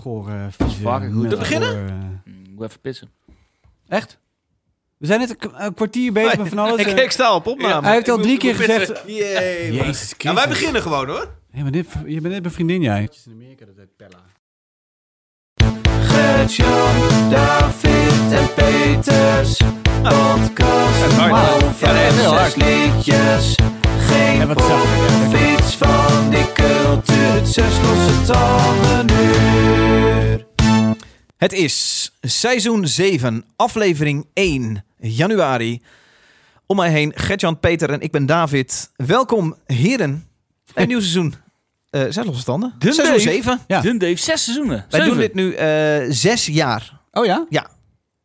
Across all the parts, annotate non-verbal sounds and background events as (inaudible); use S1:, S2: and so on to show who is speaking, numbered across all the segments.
S1: gore, vieze...
S2: fucking goed.
S1: metalcore,
S2: Te
S1: eh.
S2: Ik moet even pissen.
S1: Echt? We zijn net een k- een kwartier bezig met van alles.
S3: (laughs) ik,
S1: en-
S3: ik sta op opname.
S1: Eh, hij heeft al drie keer gezegd...
S3: Jee. man.
S1: Jezus Christus.
S3: Nou, wij beginnen gewoon hoor.
S1: Hey, maar dit, je bent net mijn vriendin, jij.
S4: In Amerika, dat heet Pella.
S5: David en Peters. Podcast
S3: hard.
S5: van
S3: Ja, nee,
S5: vijf,
S3: heel
S5: zes liedjes. Geen
S1: Ja, wat zacht.
S5: fiets van die cultuur. Zes losse tanden nu.
S3: Het is seizoen 7, aflevering 1, januari. Om mij heen, Gertjan, Peter en ik ben David. Welkom, heren. Een nieuw seizoen. Eh zes losse tanden.
S2: De
S3: seizoen
S2: neef.
S3: 7.
S1: Ja.
S2: Dun Dave, zes seizoenen.
S3: Wij
S2: Zeven.
S3: doen dit nu eh, zes jaar.
S1: Oh ja?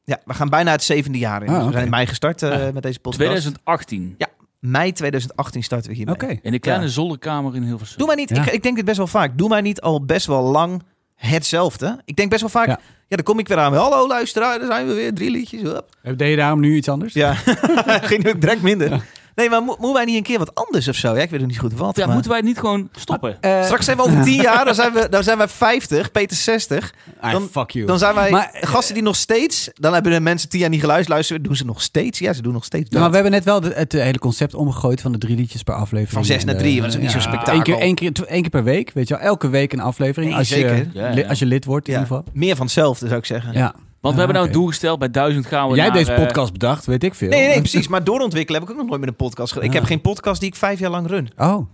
S3: Ja, we gaan bijna het zevende jaar in.
S1: Ah,
S3: Dus we
S1: oké.
S3: zijn in mei gestart eh, met deze podcast.
S2: 2018.
S3: Mei 2018 starten we hiermee.
S1: Oké.
S2: In de kleine
S3: Ja.
S2: zolderkamer in Hilversum.
S3: Doe mij niet,
S1: Ja.
S3: ik, ik denk dit best wel vaak. Doe mij niet al best wel lang hetzelfde. Ik denk best wel vaak,
S1: Ja.
S3: ja, dan kom ik weer aan. Hallo luisteraar, daar zijn we weer. Drie liedjes, hup.
S1: Deed je daarom nu iets anders?
S3: Ja, (laughs) ging ook direct minder. Nee, maar mo- moeten wij niet een keer wat anders of zo? Ja, ik weet ook niet goed wat.
S2: ja,
S3: maar-
S2: moeten wij het niet gewoon stoppen?
S1: Eh,
S3: Straks zijn we over tien jaar, dan zijn we, dan zijn we 50, Peter 60.
S1: ah,
S3: dan-
S1: fuck you.
S3: Dan zijn wij
S1: Maar, eh,
S3: gasten die nog steeds... Dan hebben de mensen tien jaar niet geluisterd, luisteren, doen ze nog steeds. Ja, ze doen nog steeds
S1: Ja,
S3: dat.
S1: maar we hebben net wel de- het eh, hele concept omgegooid van de drie liedjes per aflevering.
S3: Van zes
S1: En,
S3: naar
S1: eh,
S3: drie, maar dat is ook niet
S1: ja,
S3: zo'n spektakel.
S1: Eén keer, één, keer, tw- één keer per week, weet je wel. Elke week een aflevering
S3: Nee,
S1: als, je,
S3: zeker.
S2: Ja,
S1: li-
S2: ja.
S1: als je lid wordt in
S3: Ja.
S1: ieder geval.
S3: Meer van hetzelfde, zou ik zeggen.
S1: Ja.
S2: Want we hebben nou
S1: oké.
S2: een doel gesteld. Bij duizend gaan we
S1: Jij hebt
S2: naar,
S1: deze
S2: eh,
S1: podcast bedacht, weet ik veel.
S3: Nee, nee, precies. Maar doorontwikkelen heb ik ook nog nooit met een podcast gedaan. Ik
S1: Ja.
S3: heb geen podcast die ik vijf jaar lang run.
S1: Oh,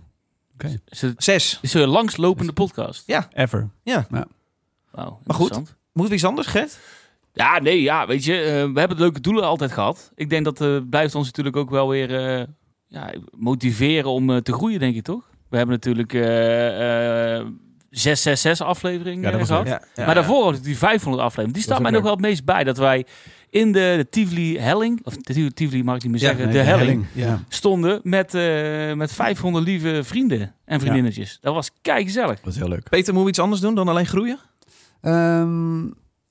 S2: is het-
S3: Zes.
S2: is een langslopende podcast.
S1: ever.
S2: Wauw,
S3: Maar goed.
S2: interessant.
S3: Moet er iets anders, Gert?
S2: Ja, nee, ja, weet je, eh, we hebben leuke doelen altijd gehad. Ik denk dat eh, blijft ons natuurlijk ook wel weer eh, ja, motiveren om eh, te groeien, denk ik toch? We hebben natuurlijk eh eh 666 aflevering
S1: Ja, dat
S2: eh,
S1: was
S2: gehad.
S3: Ja, ja.
S2: maar daarvoor had ik die 500 aflevering. Die
S1: Dat
S2: staat
S1: is
S2: mij
S1: ook
S2: nog wel het meest bij. Dat wij in de, de Tivoli helling, of de Tivoli mag ik niet meer
S3: Ja,
S2: zeggen,
S1: Nee,
S2: de, helling,
S1: Ja.
S2: stonden met, eh, met 500 lieve vrienden en vriendinnetjes. Dat was kei gezellig.
S1: Dat was heel leuk.
S3: Peter, moeten we iets anders doen dan alleen groeien?
S1: Ehm,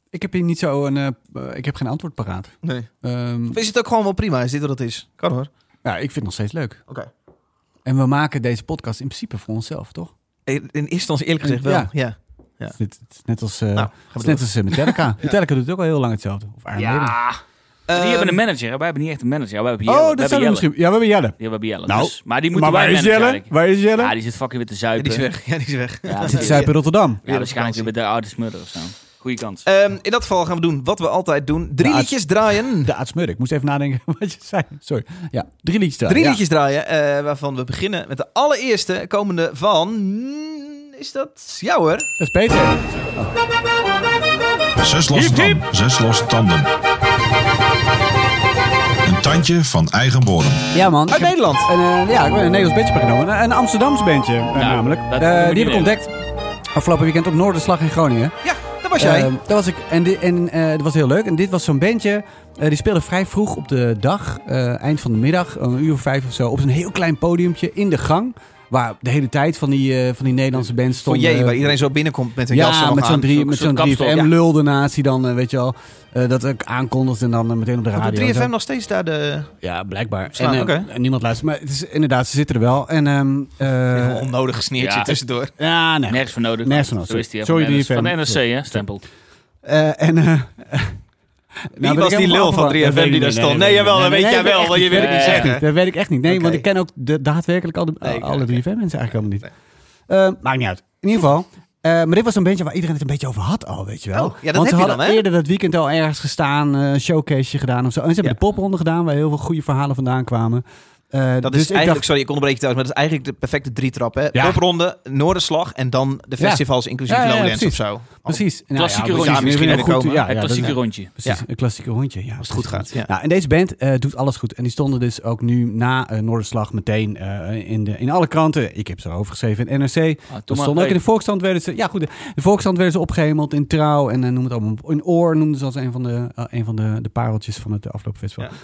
S1: ik heb hier niet zo een... eh, eh, ik heb geen antwoord paraat.
S3: Nee.
S1: Ehm,
S3: Of is het ook gewoon wel prima? Is dit wat het is? Kan hoor.
S1: ja, ik vind het nog steeds leuk.
S3: Oké.
S1: En we maken deze podcast in principe voor onszelf, toch?
S3: In eerste instantie eerlijk gezegd wel.
S1: Ja.
S3: Ja.
S1: Het is- het is net als, eh,
S3: Nou,
S1: het
S3: gaan
S1: is
S3: we
S1: net als eh,
S3: (laughs)
S1: Metallica. Metallica doet ook al heel lang hetzelfde. Of Iron Maiden.
S3: door.
S2: die
S3: Ehm,
S2: hebben een manager, hè? wij hebben niet echt een manager. Ja, wij hebben Jelle.
S1: Oh,
S2: We
S1: dat
S2: hebben
S1: zou er
S2: Jelle.
S1: misschien... Ja, we hebben Jelle.
S2: Die hebben we bij Jelle.
S1: Nou,
S2: dus, maar die
S1: maar
S2: moeten
S1: waar
S2: wij
S1: is
S2: managen
S1: Jelle?
S2: eigenlijk.
S1: Waar is Jelle?
S2: Ja, die zit fucking weer te
S3: Ja,
S2: zuipen.
S3: die is weg. (laughs) Ja, die is
S1: (laughs)
S3: weg.
S2: Ja,
S1: Zit zij in Rotterdam?
S2: Ja, waarschijnlijk weer bij de oude smurder of zo. Goeie kans.
S1: Eh,
S3: Ehm, in dat geval gaan we doen wat we altijd doen. Drie
S1: Ja, het-
S3: liedjes draaien.
S1: De Aadsmur. Ik moest even nadenken (laughs) wat je zei. Sorry. Ja, drie liedjes daar.
S3: Drie
S1: Ja.
S3: liedjes draaien, eh, waarvan we beginnen met de allereerste komende van... Is dat jou hoor?
S1: Dat is Peter.
S6: Zes losse, tanden, zes losse tanden. Een tandje van eigen bodem.
S1: Ja, man.
S3: Uit Nederland. Oh.
S1: En, eh, ja, ik ben een Nederlands bandje meegenomen. Een- Een Amsterdams bandje, eh, namelijk.
S2: Nou, dat
S1: Eh,
S2: moet je
S1: die heb ik
S2: niet
S1: ontdekt afgelopen weekend op Noorderslag in Groningen.
S3: Ja, dat was jij.
S1: Ehm, daar was ik. En, di- en eh, dat was heel leuk. En dit was zo'n bandje. eh, die speelde vrij vroeg op de dag, eh, eind van de middag, een uur of vijf of zo, op zo'n heel klein podiumtje in de gang. Waar de hele tijd van die, eh, van die Nederlandse bands stonden.
S3: Foyer, waar iedereen zo binnenkomt met een jas er
S1: eh, Ja,
S3: nog
S1: met
S3: aan.
S1: zo'n drie,
S2: zo'n-
S1: met
S2: zo'n
S1: zo'n
S2: kapstok,
S1: 3FM
S2: ja.
S1: lulde natie dan, eh, weet je wel. eh, dat ik aankondigde en dan eh, meteen op de
S3: Doet
S1: radio. en zo.
S3: 3FM nog steeds daar de...
S1: Ja, blijkbaar. En,
S3: Slaan,
S1: eh,
S3: oké.
S1: en niemand luistert. Maar het is, inderdaad, ze zitten er wel. En, ehm, eh,
S3: Heel onnodig sneertje
S2: ja.
S1: (laughs)
S3: tussendoor.
S1: ja, nee.
S2: Nergens voor nodig.
S1: Nergens voor nodig.
S2: Zo is die, hè,
S1: Sorry,
S2: van, de NS-
S1: 3FM.
S2: van de NRC, hè? Stempel.
S1: Eh, en, eh, (laughs) nou ben ik
S3: Wie was die
S1: helemaal
S3: lul van
S1: afgewakt. Dat
S3: 3FM
S1: weet ik
S3: die daar
S1: niet.
S3: stond? Nee, jawel, dat
S1: nee,
S3: weet
S1: nee,
S3: jij
S1: nee,
S3: wel, want je weet het niet
S2: Nee,
S1: dat weet ik
S3: zeggen.
S1: niet. Dat weet ik echt niet. Nee,
S3: Oké.
S1: want ik ken ook de, daadwerkelijk al de,
S3: Nee, ik-
S1: alle
S3: oké.
S1: 3FM mensen eigenlijk helemaal niet. Eh, maakt niet uit. In ieder geval. eh, maar dit was een beetje waar iedereen het een beetje over had al, weet je wel.
S3: Oh, ja,
S1: Want
S3: dat
S1: ze
S3: heb je
S1: hadden
S3: dan, hè?
S1: eerder dat weekend al ergens gestaan, eh showcaseje gedaan of zo. En ze hebben
S3: Ja.
S1: de popronde gedaan, waar heel veel goede verhalen vandaan kwamen. Eh, dus
S3: Dat is
S1: ik dacht-
S3: eigenlijk, sorry, ik onderbreek je trouwens, maar dat is eigenlijk de perfecte drietrap. Hè?
S1: Ja.
S3: Popronde, Noorderslag en dan de
S1: Ja.
S3: festivals, inclusief
S1: Ja, ja, ja,
S3: Lowlands of
S1: precies. Dus
S3: zo. Oh.
S1: Precies. Nou
S2: Klassieke
S1: precies.
S3: rondjes
S1: Weer
S3: misschien
S1: een goed-
S3: komen.
S1: Ja,
S2: het
S1: ja, dat-
S2: klassieke rondje.
S1: Precies,
S3: Ja.
S1: een klassieke rondje. Ja, als
S3: het goed gaat, ja.
S1: Nou, en deze band eh, doet alles goed. En die stonden dus ook nu na eh, Noorderslag meteen eh, in, de, in alle kranten. Ik heb ze erover geschreven in NRC.
S2: Ah, doe
S1: Dat
S2: maar.
S1: stond ook
S2: Hey.
S1: in de Volksstand werden ze... Ja, goed. De, de Volksstand werden ze opgehemeld in Trouw. En eh, noem het allemaal. op. In Oor noemden ze als een van de, eh, een van de, de pareltjes van het eh, afgelopen festival.
S3: Ja.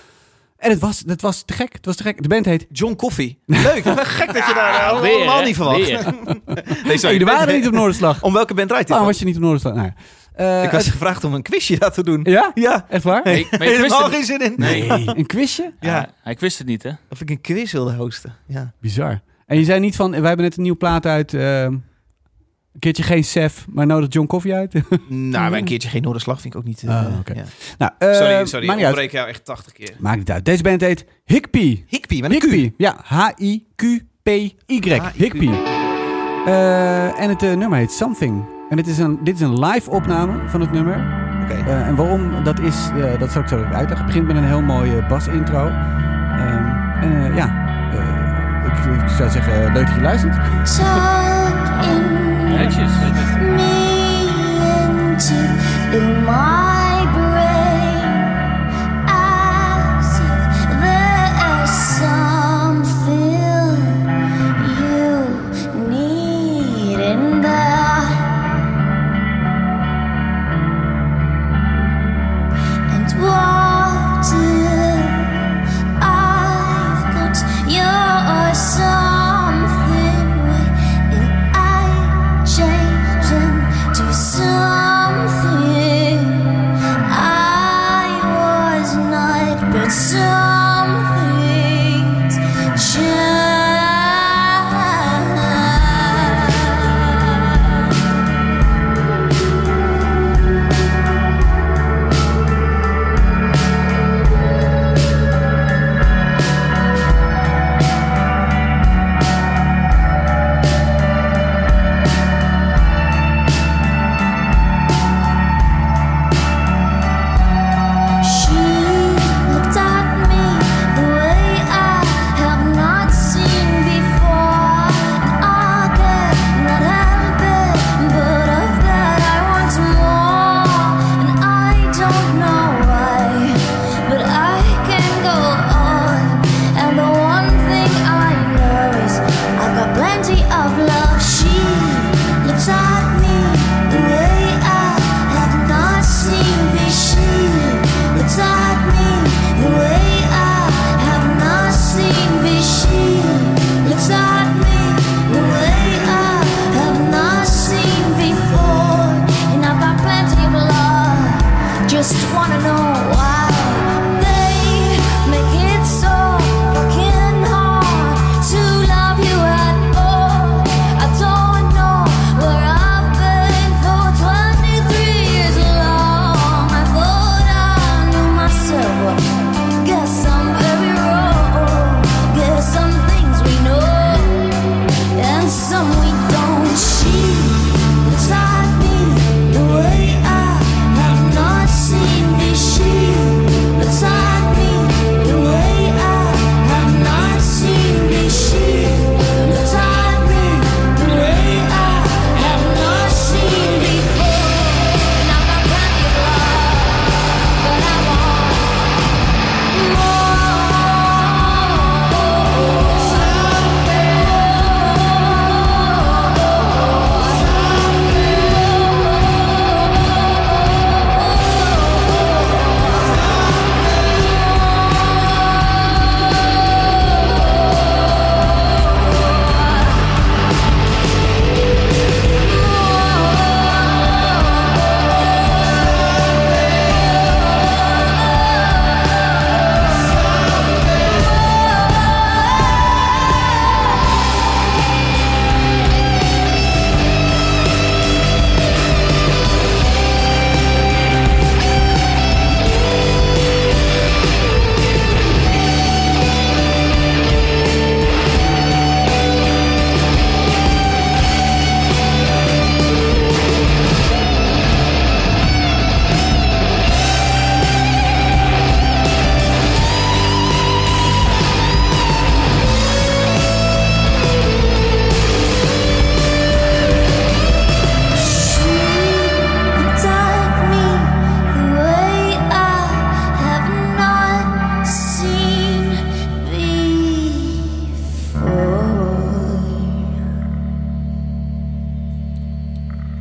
S1: En het was, het was te gek. Het was te gek. De band heet...
S3: John
S1: (laughs)
S3: Coffee. Leuk, wat gek dat je daar
S1: Oh,
S3: eh,
S2: Weer,
S3: allemaal
S2: hè?
S3: niet verwacht.
S2: Weer.
S3: Nee,
S1: Hey, jullie waren niet op Noorderslag.
S3: Om welke band draait (laughs) dit
S1: Waarom
S3: dan?
S1: was je niet op Noorderslag? Nou, ja. Eh,
S3: Ik was
S1: het-
S3: gevraagd om een quizje daar te doen.
S1: Ja?
S3: Ja,
S1: Echt waar?
S2: Nee, maar je wist
S3: helemaal
S2: het niet.
S3: geen zin in.
S2: Nee.
S1: Een quizje?
S3: Ja,
S2: Ja, ik wist het niet, hè?
S3: of ik een quiz wilde hosten. Ja.
S1: Bizar. En je zei niet van, wij hebben net een nieuwe plaat uit. ehm, Een keertje geen Sef, maar nodig John Koffie uit. (laughs)
S3: Nou, bij een keertje geen Noorderslag vind ik ook niet. eh,
S1: Ah, oké.
S3: ja.
S1: nou, eh,
S3: Sorry, sorry.
S1: Maakt
S3: Ik
S1: niet uit.
S3: breek jou echt 80 keer.
S1: Maakt niet uit. Deze band heet Hikpie.
S3: Hikpie met een Q.
S1: Hikpie. Ja, H-I-Q-P-Y.
S3: H-I-Q.
S1: Hikpie. Eh, en het eh, nummer heet Something. En het is een, dit is een live opname van het nummer.
S3: Oké.
S1: Eh, en waarom dat is, eh, dat zal ik zo even uitleggen. Het begint met een heel mooie basintro. Ehm, en eh, ja, eh, ik, ik zou zeggen, leuk dat je luistert.
S4: Tuck in
S2: Netjes.
S4: me into my brain as if there's something you need in there. And what if I've got your something? Will I change into something I was not? But something's changed. She looked at me the way I have not seen before. I could not help it, but of that I want more. And I don't know why, but I can go on. And the one thing I know is I've got plenty of love. She looked at me the way I have not seen before. It's at me the way I have not seen before. It's at me the way I have not seen before. And I've got plenty of love, just wanna know why. They make it so fucking hard to love you at all. I don't know where I've been for 23 years long. I thought I knew myself. Guess I'm very wrong. Guess some things we know and some we don't. She looks at me the way I have not seen this. She looks at me the way I have not seen this. She looks at me the way I have not seen before. And I've got plenty of love, but I want more.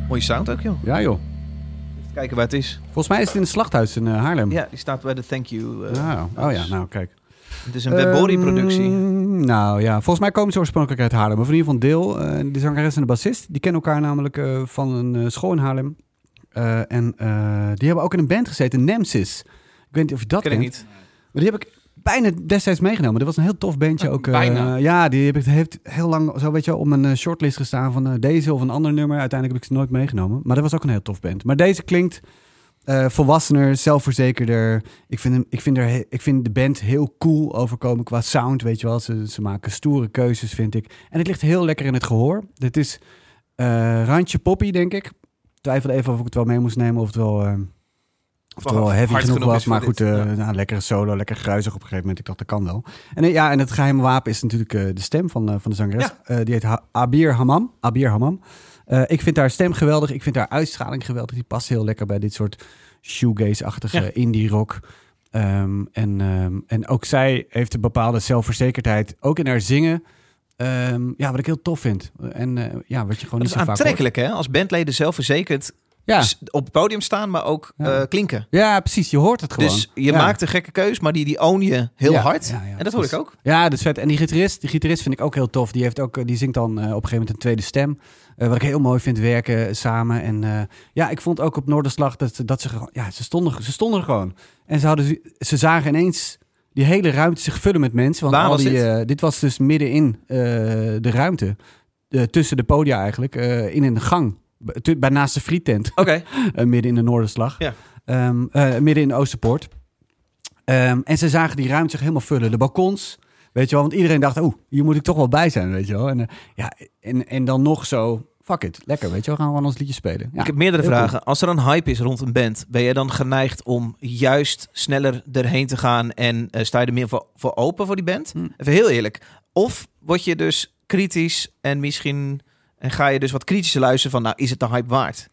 S3: Mooie sound ook, joh.
S1: Ja joh.
S3: Even kijken waar het is.
S1: Volgens mij is het in het slachthuis in eh, Haarlem.
S3: Ja, die staat bij de Thank You. eh,
S1: Ja. Oh ja,
S3: notes.
S1: nou kijk.
S3: Het is een Webori-productie.
S1: Ehm, nou ja, volgens mij komen ze oorspronkelijk uit Haarlem. Of in ieder geval een deel. Eh, de zangeres en de bassist, die kennen elkaar namelijk eh, van een eh, school in Haarlem. Eh, en eh, die hebben ook in een band gezeten, Nemesis. Ik weet niet of je dat
S3: Ken ik
S1: kent.
S3: niet.
S1: Maar die heb ik bijna destijds meegenomen. Dat was een heel tof bandje ook. eh,
S2: Bijna.
S1: ja, die heb ik, heeft heel lang zo, weet je, wel, op mijn eh, shortlist gestaan van eh, deze of een ander nummer. Uiteindelijk heb ik ze nooit meegenomen. Maar dat was ook een heel tof band. Maar deze klinkt eh, volwassener, zelfverzekerder. Ik vind, hem, ik, vind er, he- ik vind de band heel cool overkomen qua sound, weet je wel. Ze, ze maken stoere keuzes, vind ik. En het ligt heel lekker in het gehoor. Dit is eh, randje poppy, denk ik. Ik twijfelde even of ik het wel mee moest nemen of het wel... eh, of het wel
S3: Hard
S1: heavy genoeg,
S3: genoeg
S1: was,
S3: is voor
S1: maar goed,
S3: dit,
S1: eh,
S3: ja.
S1: nou, lekker solo, lekker gruizig op een gegeven moment. Ik dacht, dat kan wel. En, eh, ja, en het geheime wapen is natuurlijk eh, de stem van, eh, van de zangeres. Eh, die heet Ha- Abir Hamam. Abir Hamam. Eh, ik vind haar stem geweldig, ik vind haar uitstraling geweldig. Die past heel lekker bij dit soort shoegaze-achtige
S2: Ja.
S1: indie rock. Ehm, en, ehm, en ook zij heeft een bepaalde zelfverzekerdheid, ook in haar zingen. Ehm, ja, wat ik heel tof vind. En eh, ja, wat je gewoon niet
S3: Dat is
S1: zo vaak hoort.
S3: aantrekkelijk, Dus- hè? Als bandleden zelfverzekerd
S1: Ja.
S3: s- op het podium staan, maar ook
S1: Ja.
S3: eh, klinken.
S1: ja, precies. Je hoort het gewoon.
S3: Dus je
S1: Ja.
S3: maakt een gekke keus, maar die, die own je heel
S1: Ja,
S3: hard.
S1: ja, ja,
S3: en dat hoor ik
S1: precies.
S3: ook.
S1: Ja, dat is vet. En die gitarist, die gitarist vind ik ook heel tof. Die, heeft ook, eh, die zingt dan eh, op een gegeven moment een tweede stem. Eh, wat ik heel mooi vind, werken samen. En eh, ja, ik vond ook op Noorderslag dat, ze- dat ze gewoon... Ja, ze stonden, ze stonden er gewoon. En ze, hadden, ze zagen ineens die hele ruimte zich vullen met mensen. Want
S3: Waar
S1: al
S3: was
S1: die,
S3: dit?
S1: eh, dit was dus middenin eh, de ruimte. Eh, tussen de podia eigenlijk. eh, in een gang. B- tu- Bij naast de frietent.
S3: Oké.
S1: Eh, midden in de Noorderslag.
S3: Ja.
S1: Ehm, eh, midden in Oosterpoort. Ehm, en ze zagen die ruimte zich helemaal vullen. De balkons, weet je wel. Want iedereen dacht, oeh, hier moet ik toch wel bij zijn, weet je wel. En, eh, ja, en, en dan nog zo, fuck it, lekker, weet je wel. Gaan we gewoon ons liedje spelen. Ja.
S3: ik heb meerdere
S1: heel
S3: vragen. Als er een hype is rond een band, ben jij dan geneigd om juist sneller erheen te gaan en eh, sta je er meer voor, voor open voor die band?
S1: Hm.
S3: Even heel eerlijk. Of word je dus kritisch en misschien en ga je dus wat kritischer luisteren van, nou, is het de hype waard?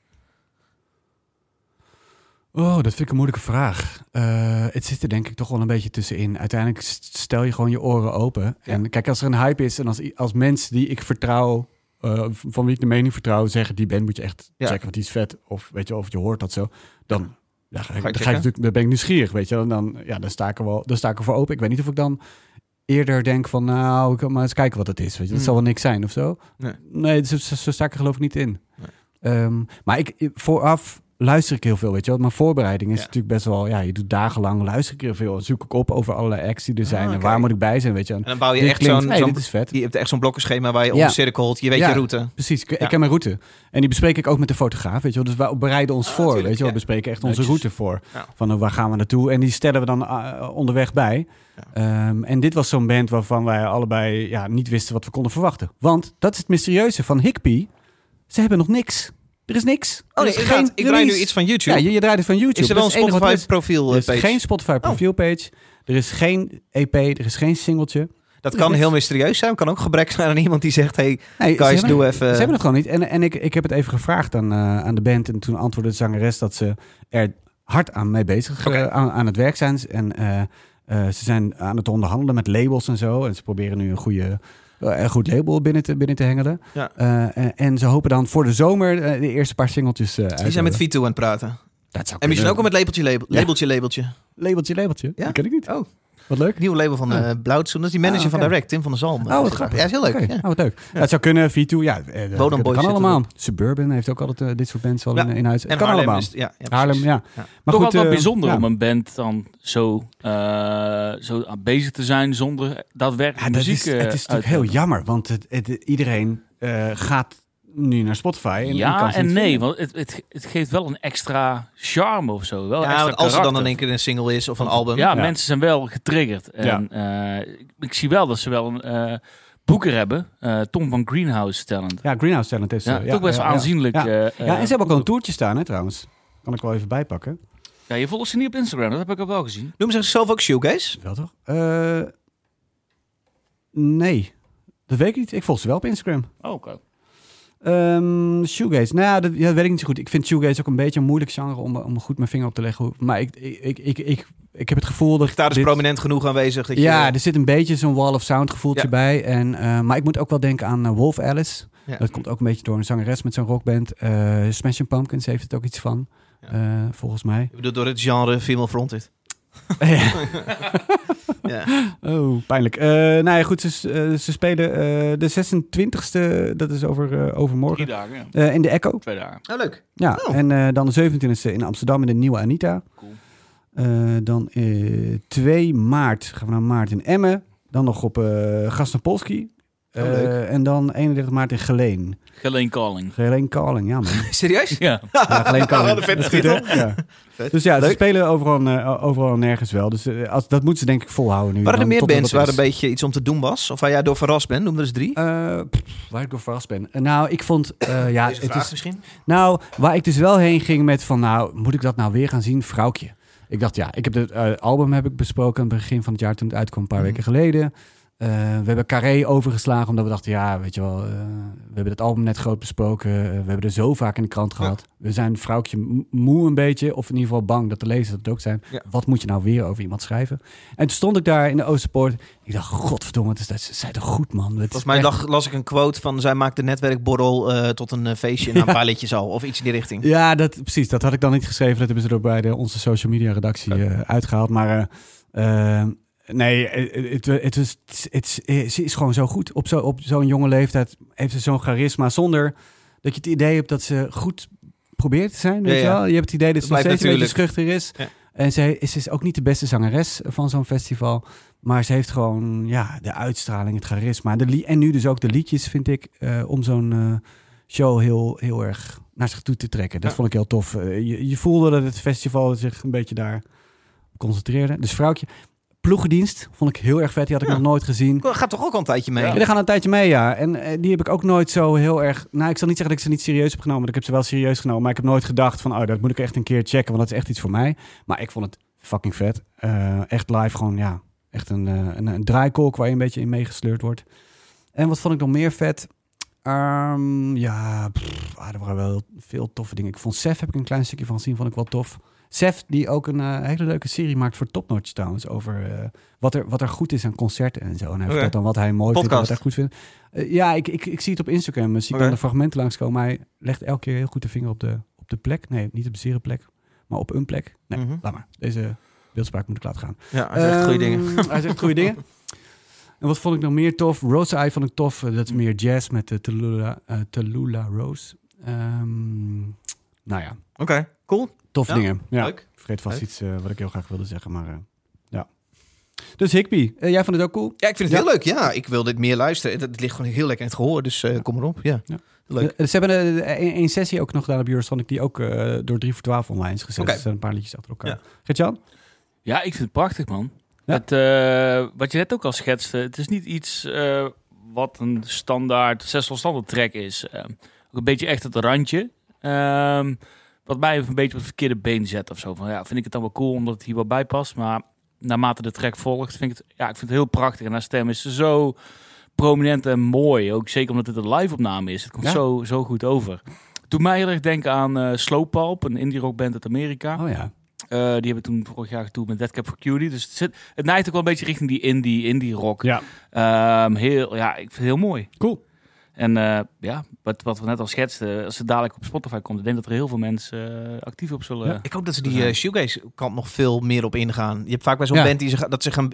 S1: Oh, dat vind ik een moeilijke vraag. Eh, het zit er denk ik toch wel een beetje tussenin. Uiteindelijk st- stel je gewoon je oren open. En kijk, als er een hype is en als, i- als mensen die ik vertrouw, eh, v- van wie ik de mening vertrouw, zeggen die band moet je echt
S3: Ja.
S1: checken, want die is vet. Of weet je, of je hoort dat zo. Dan, ja, ga ik,
S3: Ga
S1: dan,
S3: ik
S1: ga
S3: checken?
S1: ik natuurlijk, dan ben ik nieuwsgierig, weet je. Dan, dan, ja, dan, sta ik er wel, dan sta ik er voor open. Ik weet niet of ik dan eerder denk van, nou, ik kan maar eens kijken wat het is. Weet je. Dat
S3: Mm.
S1: zal wel niks zijn of zo.
S3: Nee.
S1: Nee, zo, zo- zo sta ik er geloof ik niet in.
S3: Nee.
S1: Ehm, maar ik, ik- vooraf luister ik heel veel, weet je wel. Mijn voorbereiding is
S3: Ja.
S1: natuurlijk best wel... Ja, je doet dagenlang, luister ik heel veel. Zoek ik op over allerlei acts die er zijn. En
S3: Ah, oké.
S1: waar moet ik bij zijn, weet je. En
S3: En dan bouw je
S1: dit
S3: echt
S1: klinkt,
S3: zo'n...
S1: hey,
S3: zo'n-
S1: dit is vet.
S3: je hebt echt zo'n blokkenschema waar je
S1: Ja.
S3: omcirkelt, je weet
S1: Ja. Oh,
S3: je route.
S1: Precies, ik, ik
S3: Ja.
S1: ken mijn route. En die bespreek ik ook met de fotograaf, weet je wel. Dus we bereiden ons voor,
S3: Ah, tuurlijk,
S1: weet je wel.
S3: ja.
S1: We bespreken echt onze
S3: Netjes.
S1: route voor.
S3: Ja.
S1: Van eh, waar gaan we naartoe? En die stellen we dan ah, onderweg bij. Ehm, en dit was zo'n band waarvan wij allebei ja, niet wisten wat we konden verwachten. Want dat is het mysterieuze van Hikpie. Ze hebben nog niks. Er is niks.
S3: Oh
S1: Er
S3: nee,
S1: is
S3: inderdaad, ik draai nu
S1: release.
S3: iets van YouTube.
S1: Ja, je, je draait het van YouTube.
S3: is er wel
S1: Dat
S3: een
S1: het enige wat er is.
S3: Spotify profiel
S1: Er
S3: eh,
S1: is
S3: page?
S1: geen Spotify profielpage. Er is geen EP. Er is geen singeltje.
S3: Dat kan
S1: Yes.
S3: heel mysterieus zijn. Kan ook gebrek zijn aan iemand die zegt: Hey,
S1: Nee, ze
S3: guys,
S1: hebben-
S3: doe even.
S1: Ze hebben het gewoon niet. En, en ik, ik heb het even gevraagd aan, eh, aan de band. En toen antwoordde de zangeres dat ze er hard aan mee bezig eh, aan, aan het werk zijn. En eh, eh, ze zijn aan het onderhandelen met labels en zo. En ze proberen nu een, goede, eh, een goed label binnen te, binnen te hengelen.
S3: Ja.
S1: Eh, en, en ze hopen dan voor de zomer eh, de eerste paar singeltjes eh uit
S3: Die
S1: te
S3: zijn met
S1: hebben.
S3: Vito aan het praten.
S1: Dat zou
S3: En misschien ook al
S1: kunnen.
S3: met labeltje, label,
S1: Ja.
S3: labeltje, labeltje.
S1: Labeltje, labeltje.
S3: Ja?
S1: Dat ken ik niet.
S3: Oh.
S1: Wat leuk.
S3: Nieuw label van
S1: Ah.
S3: eh Blauwtsoen. Dat is die manager
S1: Ah, oké.
S3: van Direct, Tim van der Zalm.
S1: Oh,
S3: Ja,
S1: wat grappig.
S3: Ja, is heel leuk.
S1: Oké.
S3: ja.
S1: Oh, wat leuk. Ja, het zou kunnen, V2, ja, eh, dat-
S3: Boys
S1: dat kan
S3: zit er
S1: allemaal. Suburban heeft ook altijd eh, dit soort mensen al
S3: Ja.
S1: in, in huis. Het
S3: En
S1: kan
S3: Haarlem
S1: allemaal.
S3: is- ja, ja,
S1: Haarlem,
S3: precies.
S1: ja.
S3: Ja.
S1: Maar goed,
S2: Toch altijd wel
S1: eh,
S2: bijzonder
S1: ja.
S2: om een band dan zo, eh, zo aan bezig te zijn zonder daadwerkelijk
S1: Ja, dat
S2: muziek
S1: is, het is
S2: eh,
S1: natuurlijk
S2: uit te
S1: heel
S2: hebben.
S1: jammer, want het, het- iedereen eh, gaat nu naar Spotify. En, en kan
S2: Ja
S1: ze niet
S2: en nee,
S1: vinden.
S2: want het, het, het geeft wel een extra charme of zo. Wel een
S3: Ja,
S2: extra
S3: want als er dan
S2: karakter.
S3: in één keer een single is of een album.
S2: Ja,
S1: Ja.
S2: mensen zijn wel getriggerd. En, eh, ik, ik zie wel dat ze wel een eh, boeker hebben. Eh, Tom van Greenhouse talent.
S1: Ja, Greenhouse Talent heeft ze.
S2: Ja, toch best
S1: ja,
S2: wel aanzienlijk.
S1: Ja.
S2: eh, eh,
S1: Ja. Ja, en ze hebben ook al een toertje staan, hè, trouwens. Kan ik wel even bijpakken.
S2: Ja, je volgt ze niet op Instagram, dat heb ik al wel gezien.
S3: Noemen ze zichzelf ook shoegaze?
S1: Wel toch? Eh, nee, dat weet ik niet. Ik volg ze wel op Instagram.
S2: Oh,
S1: Ehm shoegaze. Nou ja, dat, ja, dat weet ik niet zo goed. Ik vind shoegaze ook een beetje een moeilijk genre om, eh, om goed mijn vinger op te leggen. hoe- Maar ik, ik, ik, ik, ik, ik heb het gevoel dat...
S3: Daar is
S1: dit-
S3: prominent genoeg aanwezig. Dat je,
S1: ja, er zit een beetje zo'n wall of sound gevoeltje
S3: Ja.
S1: bij. En, eh, maar ik moet ook wel denken aan eh, Wolf Alice.
S3: Ja.
S1: Dat komt ook een beetje door een zangeres met zo'n rockband. Eh Smashing Pumpkins heeft het ook iets van,
S3: Ja.
S1: eh, volgens
S3: (laughs)
S1: mij. (laughs)
S3: Ik bedoel, door het genre female fronted. ja.
S1: Oh, pijnlijk. Eh, nou ja, goed, ze, eh, ze spelen eh, de 26e, dat is over, eh, overmorgen,
S2: Drie dagen, ja.
S1: eh, in de Echo.
S2: Twee dagen.
S3: Oh, leuk.
S1: Ja,
S3: Oh.
S1: e en eh, dan de 27e in Amsterdam in de Nieuwe Anita.
S2: Cool.
S1: Eh, dan eh 2 maart gaan we naar maart in Emmen. Dan nog op eh Gasnapolski.
S3: Oh, leuk.
S1: Eh, en dan 31 maart in Geleen.
S2: Geleen Calling.
S1: Geleen Calling, (laughs) ja
S3: (laughs)
S1: man.
S3: (laughs) Serieus?
S2: Ja.
S1: Ja, Geleen Calling.
S3: een vette
S1: Is goed, hè?
S3: (laughs)
S1: Ja. Dus ja, ze
S3: Leuk.
S1: spelen overal, en, eh, overal en nergens wel. Dus eh, als, dat moeten ze denk ik volhouden nu.
S3: Waren er
S1: dan
S3: meer
S1: totdat
S3: bands
S1: dat
S3: waar
S1: is.
S3: een beetje iets om te doen was? Of waar jij door verrast bent? Noem er eens drie.
S1: Eh, pff, waar ik door verrast ben. Eh, nou, ik vond... eh, ja, het is,
S3: misschien?
S1: nou, waar ik dus wel heen ging met van... Nou, moet ik dat nou weer gaan zien? Vrouwtje. Ik dacht, ja, ik heb het eh, album heb ik besproken aan het begin van het jaar... toen het uitkwam, een paar
S3: Mhm.
S1: weken geleden. Eh, we hebben Carré overgeslagen omdat we dachten... Ja, weet je wel, eh, we hebben het album net groot besproken. eh, we hebben er zo vaak in de krant gehad. We zijn Vrouwtje m- moe een beetje. Of in ieder geval bang dat de lezers dat ook zijn.
S3: Ja.
S1: Wat moet je nou weer over iemand schrijven? En toen stond ik daar in de Oosterpoort. Ik dacht, godverdomme, het is, dat zijn toch goed, man. Het is
S3: Volgens mij
S1: echt-
S3: lag, las ik een quote van... Zij maakt de netwerkborrel eh, tot een eh, feestje na een paar liedjes al. Of iets in die richting.
S1: Ja, dat, precies. Dat had ik dan niet geschreven. Dat hebben ze er ook bij de, onze social media redactie eh, uitgehaald. Maar eh, eh, nee, eh, het het is- het is- eh, ze is gewoon zo goed. Op zo'n op zo'n jonge leeftijd heeft ze zo'n charisma. Zonder dat je het idee hebt dat ze goed probeert te zijn. Weet
S3: Ja,
S1: je,
S3: ja.
S1: wel? je hebt het idee dat ze nog
S3: Dat
S1: steeds
S3: blijft
S1: een beetje schuchter is.
S3: Ja.
S1: En ze, ze is ook niet de beste zangeres van zo'n festival. Maar ze heeft gewoon ja, de uitstraling, het charisma. De lie- en nu dus ook de liedjes, vind ik, eh, om zo'n eh, show heel, heel erg naar zich toe te trekken. Dat
S3: Ja.
S1: vond ik heel tof. Eh, je, je voelde dat het festival zich een beetje daar concentreerde. Dus vrouwtje, ploegendienst vond ik heel erg vet. Die had ik nog nooit gezien.
S3: Gaat toch ook al een tijdje mee?
S1: Ja. die gaan een tijdje mee, ja. En eh, die heb ik ook nooit zo heel erg... Nou, ik zal niet zeggen dat ik ze niet serieus heb genomen. Want ik heb ze wel serieus genomen. Maar ik heb nooit gedacht van... Oh, dat moet ik echt een keer checken. Want dat is echt iets voor mij. Maar ik vond het fucking vet. Eh, echt live gewoon, ja. Echt een, eh, een, een draaikolk waar je een beetje in meegesleurd wordt. En wat vond ik nog meer vet? Ehm, ja, pff, ah, er waren wel veel toffe dingen. Ik vond Sef, heb ik een klein stukje van gezien, vond ik wel tof. Sef, die ook een eh, hele leuke serie maakt voor Topnotch trouwens. Over eh, wat, er, wat er goed is aan concerten en zo. En hij
S3: Oké.
S1: vertelt dan wat hij mooi vindt en
S3: Podcast.
S1: wat hij goed vindt. Eh, ja, ik, ik, ik zie het op Instagram. Dan zie ik
S3: Oké.
S1: dan de fragmenten langskomen. Hij legt elke keer heel goed de vinger op de, op de plek. Nee, niet op de zere plek, maar op een plek. Nee,
S3: Mhm.
S1: laat maar. Deze beeldspraak moet ik laten gaan.
S3: Ja, hij zegt goede
S1: Ehm,
S3: dingen.
S1: Hij zegt goede dingen. En wat vond ik nog meer tof? Rose Eye vond ik tof. Eh, Dat is meer jazz met de Tallulah, eh, Tallulah Rose. Ehm, nou ja,
S3: Oké, cool.
S1: tof
S3: Ja,
S1: dingen. Ja.
S3: Leuk.
S1: Ik vergeet vast
S3: Leuk.
S1: iets eh, wat ik heel graag wilde zeggen, maar eh, ja. Dus Higby, eh, jij vond het ook cool?
S3: Ja, ik vind het
S1: Ja.
S3: heel leuk. Ja, ik wil dit meer luisteren. Het, het ligt gewoon heel lekker in het gehoor, dus eh, kom erop. Ja.
S1: Ja.
S3: Leuk.
S1: Eh, ze hebben eh, eh, één één sessie ook nog gedaan op Eurosonic, die ook eh, door 3 voor 12 online is gezet.
S3: Oké.
S1: Dus er zijn een paar liedjes achter elkaar.
S3: Ja.
S1: Gert-Jan?
S2: Ja, ik vind het prachtig, man.
S1: Ja.
S2: Het, eh, wat je net ook al schetste, het is niet iets eh, wat een standaard, zestal standaard track is. Eh, ook een beetje echt het randje. Ehm, wat mij een beetje op het verkeerde been zet of zo. Van, ja, vind ik het dan wel cool omdat het hier wel bij past. Maar naarmate de track volgt, vind ik het, ja, ik vind het heel prachtig. En haar stem is zo prominent en mooi. Ook zeker omdat het een live opname is. Het komt
S1: Ja.
S2: zo, zo goed over. Het Doet mij heel erg denken aan eh Slowpalp, een indie rock band uit Amerika.
S1: Oh ja.
S2: Eh, die hebben toen vorig jaar getoerd met Dead Cap for Cutie. Dus het, zit, het neigt ook wel een beetje richting die indie, indie rock.
S1: Ja.
S2: Ehm, heel, ja, ik vind het heel mooi.
S1: Cool.
S2: En eh, ja, wat, wat we net al schetsten, als het dadelijk op Spotify komt, ik denk dat er heel veel mensen eh, actief op zullen.
S1: Ja.
S3: Ik hoop dat ze die eh, shoegaze-kant nog veel meer op ingaan. Je hebt vaak bij zo'n
S1: Ja.
S3: band die ze, dat ze gaan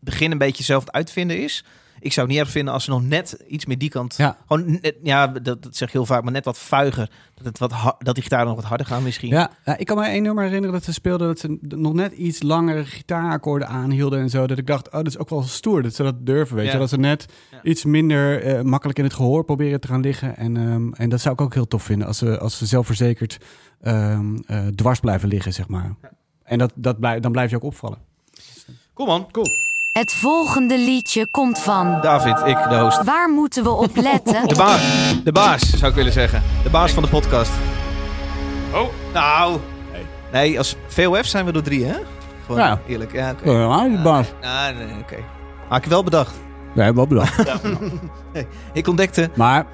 S3: beginnen een beetje zelf te uitvinden is. Ik zou het niet erg vinden als ze nog net iets meer die kant...
S1: Ja.
S3: Gewoon net- ja, dat, dat zeg ik heel vaak, maar net wat vuiger. Dat, het wat har- dat die gitaren nog wat harder gaan misschien.
S1: Ja, ja, ik kan me één nummer herinneren dat ze speelden dat ze nog net iets langere gitaarakkoorden aanhielden en zo. Dat ik dacht, oh, dat is ook wel stoer dat ze dat durven, weet
S3: Ja.
S1: je. Dat ze net
S3: Ja.
S1: iets minder eh, makkelijk in het gehoor proberen te gaan liggen. En, ehm, en dat zou ik ook heel tof vinden als ze, als ze zelfverzekerd ehm, eh, dwars blijven liggen, zeg maar. En dat, dat blij- dan blijf je ook opvallen.
S3: Kom man. Cool.
S7: Het volgende liedje komt van.
S3: David, ik, de host.
S7: Waar moeten we op
S1: (laughs)
S7: letten?
S3: De, baas, de baas, zou ik willen zeggen. De baas van de podcast. Oh. Nou. Nee, als VOF zijn we door drie, hè? Gewoon
S1: Ja.
S3: eerlijk. Ja, oké.
S1: Ja, die baas.
S3: Ah, nee, oké. Had ik wel bedacht.
S1: We hebben wel bedacht.
S3: Ik ontdekte...
S1: Maar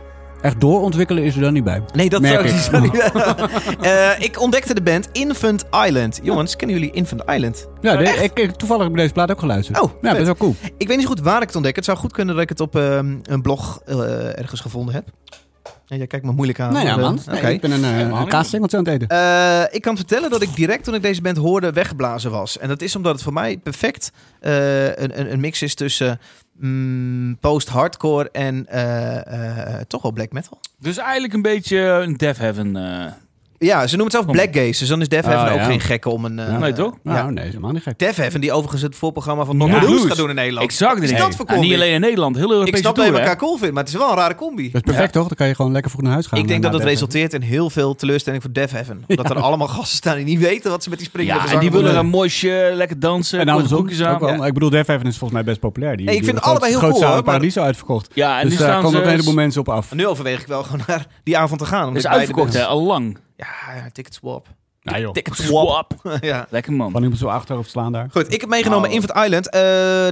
S1: echt doorontwikkelen is er dan niet bij.
S3: Nee, dat
S1: Merk
S3: zou
S1: ik.
S3: ik niet (laughs) zeggen. Eh, Ik ontdekte de band Infant Island. Jongens, kennen jullie Infant Island?
S1: Ja, de- ik, ik, toevallig heb ik deze plaat ook geluisterd.
S3: Oh,
S1: ja,
S3: vet.
S1: best wel cool.
S3: Ik weet niet zo goed waar ik het ontdek. Het zou goed kunnen dat ik het op ehm, een blog eh, ergens gevonden heb. En jij kijkt me moeilijk aan.
S1: Nou ja,
S3: Eh,
S1: man.
S3: Oké.
S1: ik ben een, uh, kaassingeltje aan het eten.
S3: Eh, ik kan vertellen dat ik direct toen ik deze band hoorde weggeblazen was. En dat is omdat het voor mij perfect eh, een, een, een mix is tussen mm, post-hardcore en eh, eh, toch wel black metal.
S2: Dus eigenlijk een beetje een Death Heaven. eh,
S3: Ja, ze noemen het zelf
S2: Kom. Ah,
S3: blackgaze. Dus dan is Def
S1: Oh,
S3: Heaven ook
S1: ja.
S3: geen gekke om een... eh,
S2: Nee, toch? Ah.
S3: Ja.
S1: Nou, nee, is helemaal niet gek.
S3: Def Heaven, die overigens het voorprogramma van Knock
S2: Ja.
S3: ja. Blues
S2: Blues.
S3: gaat doen in Nederland.
S2: Ik zag
S3: Wat
S2: dit
S3: is
S2: niet.
S3: dat voor
S2: En niet
S3: combi?
S2: alleen in Nederland, heel Europese
S3: Ik snap dat
S2: tour,
S3: je elkaar
S2: hè?
S3: cool vindt, maar het is wel een rare combi.
S1: Dat is perfect, toch? Dan kan je gewoon lekker vroeg naar huis gaan.
S3: Ik denk
S1: eh,
S3: dat het
S1: na Def
S3: resulteert in heel veel teleurstelling voor Def
S2: (laughs)
S3: Heaven. Omdat er allemaal gasten staan die niet weten wat ze met die springende
S2: Ja, en
S3: gezang
S2: die
S3: moeten
S2: willen
S3: doen.
S2: een mosje, lekker dansen,
S1: En
S2: korte
S1: andersom.
S2: broekjes aan.
S1: ook wel.
S3: ja.
S1: Ik bedoel, Def Heaven is volgens mij best populair. Die,
S3: Hey, ik
S1: die
S3: vind het
S1: groot-
S3: allemaal heel
S1: groot
S3: cool,
S1: zaal
S3: hoor, maar-
S1: Paradiso uitverkocht.
S2: Ja, en
S1: dus
S2: nu
S1: daar
S2: staan
S1: komen ook
S2: ze...
S1: een heleboel mensen op af.
S3: En nu overweeg ik wel gewoon naar die avond te gaan.
S2: Het
S3: omdat
S2: is
S3: ik beide
S2: uitverkocht,
S3: ben.
S2: hè, al lang.
S3: Ja, ja, ticket swap. (laughs)
S1: Ja, Nou, joh.
S3: Ticket swap.
S2: Swap.
S3: ja.
S2: Lekker man.
S1: Kan iemand zo achterhoofd slaan daar?
S3: Goed, ik heb meegenomen
S2: Nou.
S3: Infant Island. Eh,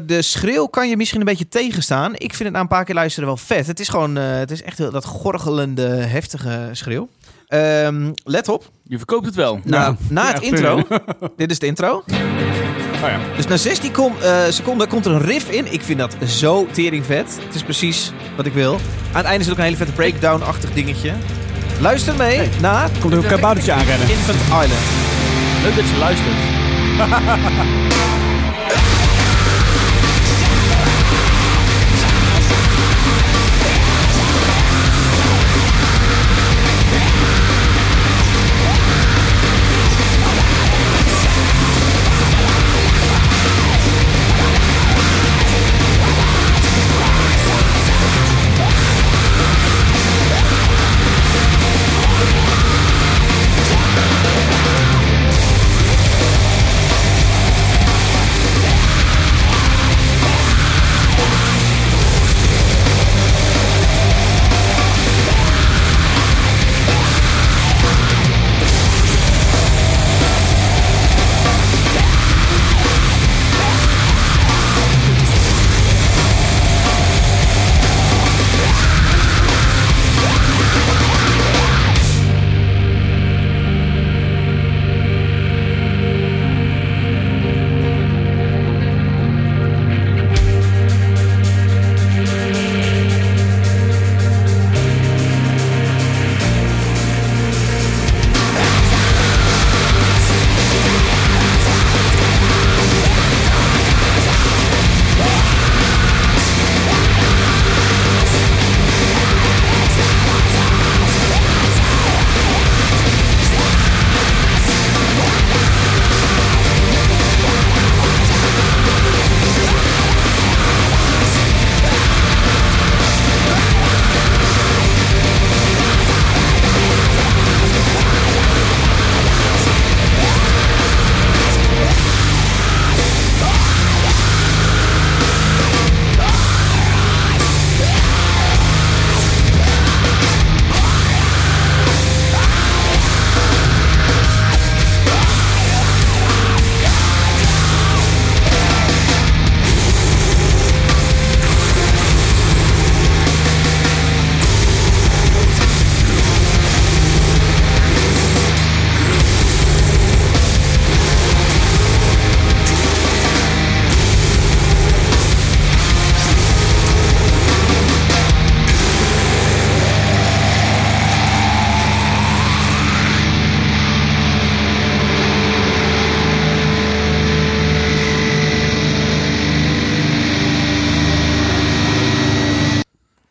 S3: de schreeuw kan je misschien een beetje tegenstaan. Ik vind het na een paar keer luisteren wel vet. Het is gewoon, eh, het is echt heel, dat gorgelende, heftige schreeuw. Ehm, let op.
S2: Je verkoopt het wel.
S3: Nou, na
S1: ja,
S3: het
S1: sorry.
S3: intro. (laughs) dit is de intro.
S1: ja.
S3: Dus na 16 kom- eh, seconden komt er een riff in. Ik vind dat zo tering vet. Het is precies wat ik wil. Aan het einde zit ook een hele vette breakdown-achtig dingetje. Luister mee naar
S1: Komt er een kaboutertje aanrennen.
S3: Infant Island.
S2: Leuk dat je luistert.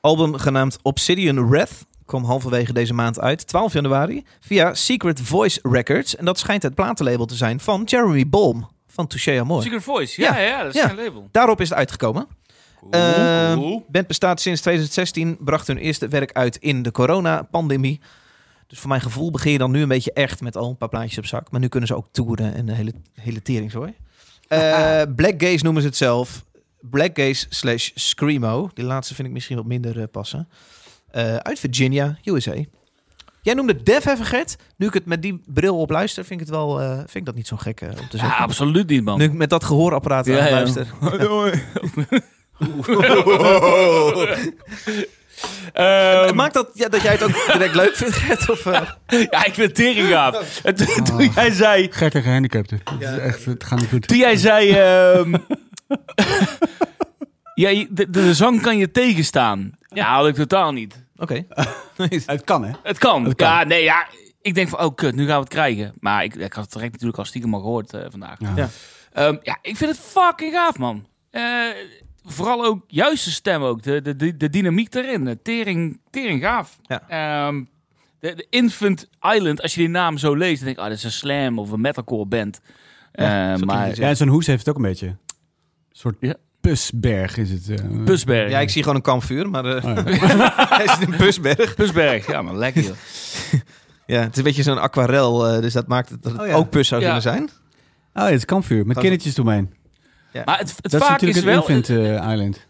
S3: Album genaamd Obsidian Wrath. Kwam halverwege deze maand uit, 12 januari. Via Secret Voice Records. En dat schijnt het platenlabel te zijn van Jeremy Bolm. Van Touché Amor.
S2: Secret Voice, ja, ja,
S3: Ja.
S2: dat is
S3: Ja.
S2: zijn label.
S3: Daarop is het uitgekomen. Eh,
S2: cool.
S3: Band bestaat sinds 2016, bracht hun eerste werk uit in de coronapandemie. Dus voor mijn gevoel begin je dan nu een beetje echt met al een paar plaatjes op zak. Maar nu kunnen ze ook toeren en de hele, hele tering, hoor. Eh, Black Gaze noemen ze het zelf. Black Gaze slash Screamo. Die laatste vind ik misschien wat minder eh, passen. Eh, uit Virginia, USA. Jij noemde Def even, Gert. Nu ik het met die bril op luister, vind ik, het wel, eh, vind ik dat niet zo gek eh, om te
S2: Ja,
S3: zeggen.
S2: absoluut niet, man.
S3: nu ik met dat gehoorapparaat
S2: Nou. Ja,
S3: aan
S2: ja. (laughs)
S3: (laughs) luister.
S2: Ehm,
S3: Eh, Maakt dat, ja, dat jij (laughs) het ook direct leuk vindt, Gert? Of, eh,
S2: ja, ik ben tering gaaf. En toen, toen jij zei...
S1: Gert en gehandicapten. Het is echt, het gaat niet goed.
S2: Toen jij zei... ehm, (laughs) ja, je- de, de zang kan je tegenstaan. Ja, had ik totaal niet.
S3: Oké.
S1: Het kan, hè?
S2: Het kan.
S1: Het kan.
S2: Ja, nee, ja. Ik denk van, oh kut, nu gaan we het krijgen. Maar ik, ik had het direct natuurlijk al stiekem al gehoord eh, vandaag.
S1: Ja.
S3: Ja.
S2: Ehm, ja, ik vind het fucking gaaf, man. Eh, vooral ook juiste stem ook. De, de, de, de dynamiek erin. Eh, Tering, tering gaaf.
S3: Ja.
S2: Ehm, De, de Infant Island, als je die naam zo leest, dan denk ik, ah, dat is een slam of een metalcore band.
S3: Ja,
S2: Eh,
S3: zo
S2: maar
S3: klinkt het,
S1: Ja, en zo'n hoes heeft het ook een beetje. Een soort
S2: Ja.
S1: pusberg is het. eh.
S2: Pusberg.
S3: Ja, ik zie gewoon een kampvuur, maar eh,
S1: Oh, ja.
S3: (laughs) hij zit in Busberg.
S2: Pusberg, ja, maar
S1: (laughs)
S2: lekker. joh.
S3: Ja, het is een beetje zo'n aquarel, eh, dus dat maakt het dat het
S1: Oh, ja.
S3: ook pus zou
S2: Ja.
S3: kunnen zijn.
S1: Oh, het is kampvuur met
S3: Dat-
S1: kindertjes eromheen.
S2: Maar het, het
S1: Dat is
S2: vaak
S1: natuurlijk
S2: is
S1: een
S2: wel...
S1: infant eh, island.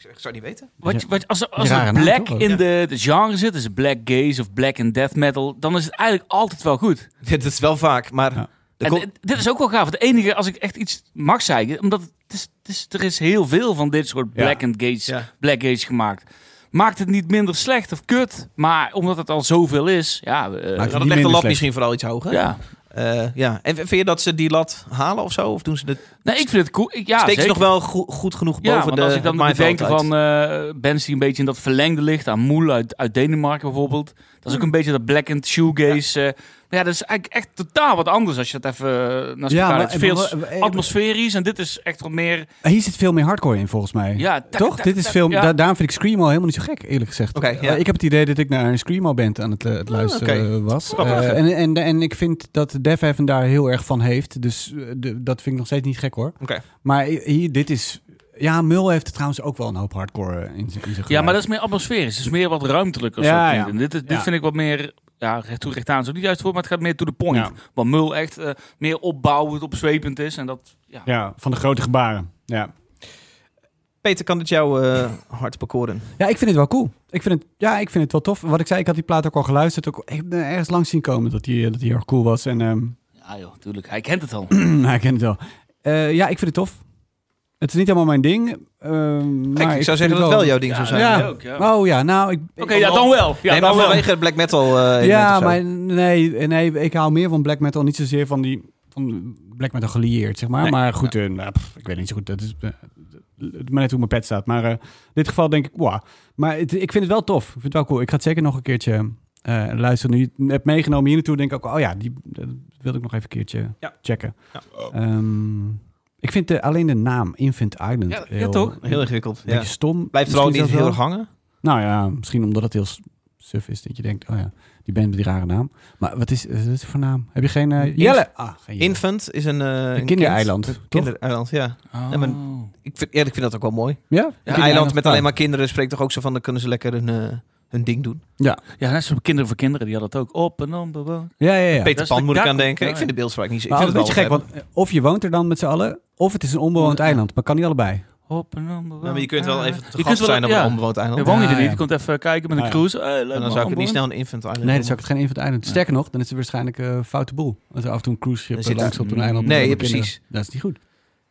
S3: Ik zou het niet weten.
S2: Wat, je- wat, je- als er, als
S1: Rare
S2: er
S1: naam,
S2: black
S1: toch?
S2: in
S3: Ja.
S2: de, de genre zit, dus black gaze of black and death metal, dan is het eigenlijk altijd wel goed.
S3: Ja, dat is wel vaak, maar...
S1: Ja.
S3: er
S2: En
S3: komt-
S2: dit- dit is ook wel gaaf. Het enige, als ik echt iets mag zeggen, omdat het is, het is- er is heel veel van dit soort
S1: Ja.
S2: black and gaze,
S3: Ja.
S2: black gaze gemaakt. Maakt het niet minder slecht of kut, maar omdat het al zoveel is, ja. eh,
S1: Maakt
S3: Ja,
S1: het
S3: dat
S1: niet
S3: legt de
S1: minder
S3: lat
S1: slecht.
S3: misschien vooral iets hoger.
S2: ja.
S3: Eh, ja. En v- vind je dat ze die lat halen of zo? Of doen ze het,
S2: Nee, ik vind het cool. Ik- Ja,
S3: steken ze
S2: zeker.
S3: nog wel goe- goed genoeg
S2: Ja,
S3: boven
S2: want
S3: de
S2: als ik dan moet
S3: mineveld
S2: denken
S3: uit?
S2: van eh bands die een beetje in dat verlengde ligt, aan Moel uit, uit Denemarken bijvoorbeeld. Dat is ook een beetje dat black and shoegaze. eh. maar ja, dat is eigenlijk echt totaal wat anders als je dat even eh, naast elkaar legt.
S1: maar-
S2: Veel
S1: maar- eh,
S2: atmosferisch en dit is echt wat meer...
S1: Hier zit veel meer hardcore in, volgens mij.
S2: Ja, tak,
S1: Toch?
S2: tak,
S1: Dit is
S2: tak,
S1: veel,
S2: ja.
S1: da- daarom vind ik Screamo helemaal niet zo gek, eerlijk gezegd.
S3: Oké, ja. Ah,
S1: Eh, Ik heb het idee dat ik naar een Screamo-band aan het, eh, het luisteren
S3: oké.
S1: eh, was.
S3: Grappig.
S1: Eh, en, en, en ik vind dat Def Heaven daar heel erg van heeft. Dus eh, de- dat vind ik nog steeds niet gek, hoor.
S3: Oké.
S1: Maar hier, dit is... Ja, Mul heeft trouwens ook wel een hoop hardcore eh, in zijn in zijn
S2: Ja,
S1: geluid.
S2: maar dat is meer atmosferisch. Het is meer wat ruimtelijker.
S1: Ja,
S2: Ja,
S1: ja.
S2: En dit, is- dit
S1: Ja.
S2: vind ik wat meer... Ja, recht toe, recht aan is ook niet juist voor, maar het gaat meer to the point.
S1: Ja.
S2: Want Mul echt eh, meer opbouwend, opzwepend is. En dat, ja.
S1: Ja, van de grote gebaren. Ja.
S3: Peter, kan het jou eh, hart bekoren?
S1: Ja, ik vind het wel cool. Ik vind het, ja, ik vind het wel tof. Wat ik zei, ik had die plaat ook al geluisterd. Ook echt, eh, ergens langs zien komen dat die, eh, dat die heel erg cool was. En ehm, (clears throat)
S2: ja, joh, tuurlijk. Hij kent het al.
S1: hij kent het wel. Eh, ja, ik vind het tof. Het is niet helemaal mijn ding. ehm, maar
S3: Kijk, ik, zou
S1: vind
S3: zeggen dat het wel jouw ding
S2: Ja,
S3: zou zijn.
S1: Ja.
S2: Ja, ook, ja.
S1: Oh ja, nou... Ik,
S2: Oké, ja, dan wel. Ja,
S3: nee, maar
S2: dan wel.
S3: vanwege het black metal eh, element
S1: ja,
S3: of zo.
S1: maar nee, nee, ik hou meer van black metal. Niet zozeer van die... Van black metal gelieerd, zeg maar.
S2: Nee.
S1: Maar goed, eh, nou, pff, ik weet niet zo goed. Dat is eh, het maar net hoe mijn pet staat. Maar eh, in dit geval denk ik, wow. Maar het- ik vind het wel tof. Ik vind het wel cool. Ik ga het zeker nog een keertje eh, luisteren. Nu je het hebt meegenomen hier naartoe, denk ik ook, oh ja, die dat wilde ik nog even een keertje
S3: Ja.
S1: checken.
S3: Ja.
S1: Ehm, ik vind de, alleen de naam Infant Island
S2: Ja, ja,
S1: heel,
S2: toch?
S3: Heel ingewikkeld.
S1: Een beetje
S3: Ja.
S1: stom.
S3: Blijft
S1: Misschien
S3: vooral
S1: is
S3: niet
S1: dat
S3: heel
S1: wel-
S3: erg hangen.
S1: Nou ja, misschien omdat het heel s- suf is. Dat je denkt, oh ja, die band met die rare naam. Maar wat is, eh, wat is het voor naam? Heb je geen... eh, Jelle? Ah, geen Jelle.
S3: Infant is een... eh, een kind.
S1: kindereiland,
S3: Een
S1: toch?
S3: Kindereiland, ja. Ja, maar-
S2: Oh.
S3: Ik vind, ja. Ik vind dat ook wel mooi.
S1: Ja?
S3: Een eiland met alleen maar kinderen spreekt toch ook zo van... dan kunnen ze lekker hun, eh, hun ding doen.
S2: Ja, net zoals Kinderen voor Kinderen, die hadden het ook. Op en onbewoond.
S1: Ja, ja, ja.
S3: Peter
S2: dat is
S3: Pan
S2: de
S3: moet ik
S2: dak-
S3: aan denken.
S2: Ja,
S3: Ik vind de beeldspraak niet zo... Ik
S1: Maar
S3: vind
S1: altijd
S3: het
S1: een beetje gek,
S3: wel
S1: want eh, of je woont er dan met z'n allen, of het is een onbewoond
S2: Ja.
S1: eiland. Maar kan niet allebei.
S2: Op en onbewoond.
S3: Ja, maar je kunt wel even te
S2: Ah. Je
S3: gast
S2: kunt wel-
S3: zijn op
S2: ja.
S3: een onbewoond eiland.
S2: Dan woon je er
S1: Ah,
S2: niet.
S1: ja.
S2: Je komt even kijken met een
S1: Ah, ja.
S2: cruise. Eh, Hey, leuk,
S3: En
S2: man,
S3: dan zou ik het
S2: onbewoond.
S3: niet snel een infant island
S1: Nee,
S3: noemen.
S1: dat zou ik het geen Infant Island. Sterker nog, dan is het waarschijnlijk eh, een foute boel. Als er af en toe een cruiseschip
S3: Er
S1: schip
S3: zit-
S1: langs op een eiland.
S3: Nee,
S1: met
S3: ja,
S1: kinderen.
S3: precies.
S1: Dat is niet goed. (laughs)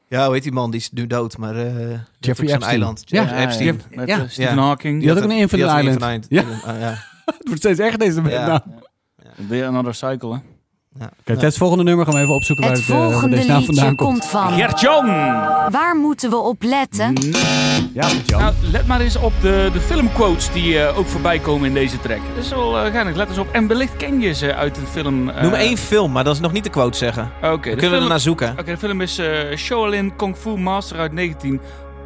S3: Ja, hoe heet die man? Die is nu dood, maar... eh, die heeft ook
S1: Jeffrey
S3: zo'n
S1: Epstein.
S3: eiland.
S1: Ja,
S3: Jeffrey Epstein.
S2: Ja, met
S1: Ja.
S2: eh, Stephen
S3: Ja.
S2: Hawking.
S1: Die had ook een infant
S3: die had een
S1: island.
S3: infant island. Ja.
S1: Het wordt steeds erger deze
S3: Ja.
S1: naam.
S2: Weer another cycle, hè.
S3: Ja.
S1: Kijk, het volgende nummer gaan we even opzoeken waar
S7: Het
S1: het, eh, waar
S7: volgende
S1: deze naam vandaan
S7: liedje
S1: komt.
S7: komt van.
S2: Gert-Jan!
S7: Waar moeten we op letten?
S1: Ja, goed, Jan.
S2: Nou, let maar eens op de, de filmquotes die eh, ook voorbij komen in deze track. Dat is wel eh, geinig. Let eens op. En wellicht ken je ze uit een film. eh,
S3: Noem één film, maar dat is nog niet de quote zeggen.
S2: Oké,
S3: Dan
S2: de
S3: kunnen we
S2: film-
S3: ernaar zoeken. (laughs)
S2: Oké, de film is eh, Shaolin Kung Fu Master uit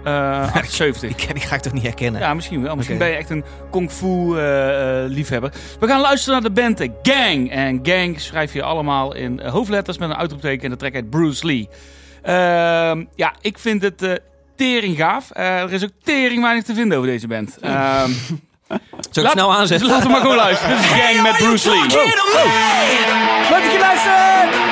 S2: eh,
S3: (laughs)
S2: 1978.
S3: Die, ken- die ga ik toch niet herkennen?
S2: Ja, misschien wel. Misschien
S3: Oké.
S2: ben je echt een kung fu eh, eh, liefhebber. We gaan luisteren naar de band eh, Gang. En Gang schrijf je allemaal in eh, hoofdletters met een uitroepteken en de track heet Bruce Lee. Ehm, ja, ik vind het eh, tering gaaf. Eh, er is ook tering weinig te vinden over deze band. Ehm
S3: Zal ik
S2: laat-
S3: snel
S2: dus
S3: aanzetten?
S2: laten we maar gewoon
S3: (laughs)
S2: luisteren. Dit is Gang met Bruce Lee.
S1: Leuk dat je luistert!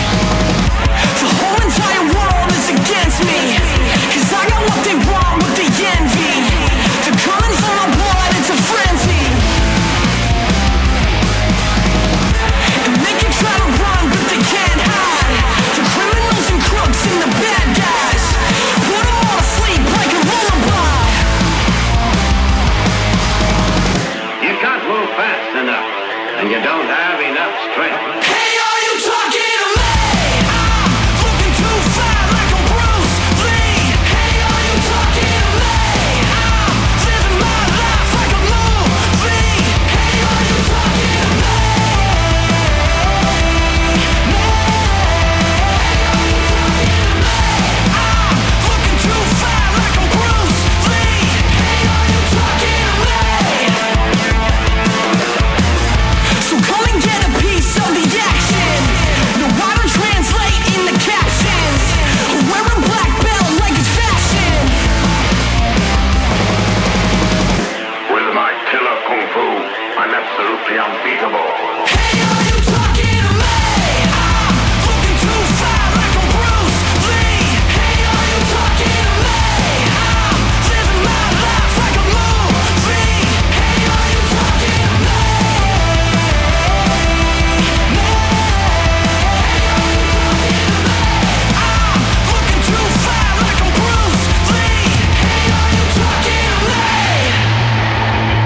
S8: The whole entire world is against me. Cause I got what they want with the envy. They're coming for my blood, it's a frenzy. And they can try to run, but they can't hide. The criminals and crooks and the bad guys. Put 'em all to sleep like a lullaby.
S9: You can't move fast enough, and you don't have enough strength.
S8: Hey, are you talking to me? I'm looking too far like a Bruce Lee. Hey, are you talking to me? I'm
S9: I'm absolutely unbeatable.
S8: Hey, are you talking to me? I'm looking too far like a Bruce Lee. Hey, are you talking to me? I'm living my life like a movie. Hey, are you talking to me? I'm looking too far like a Bruce Lee. Hey, are you talking to me?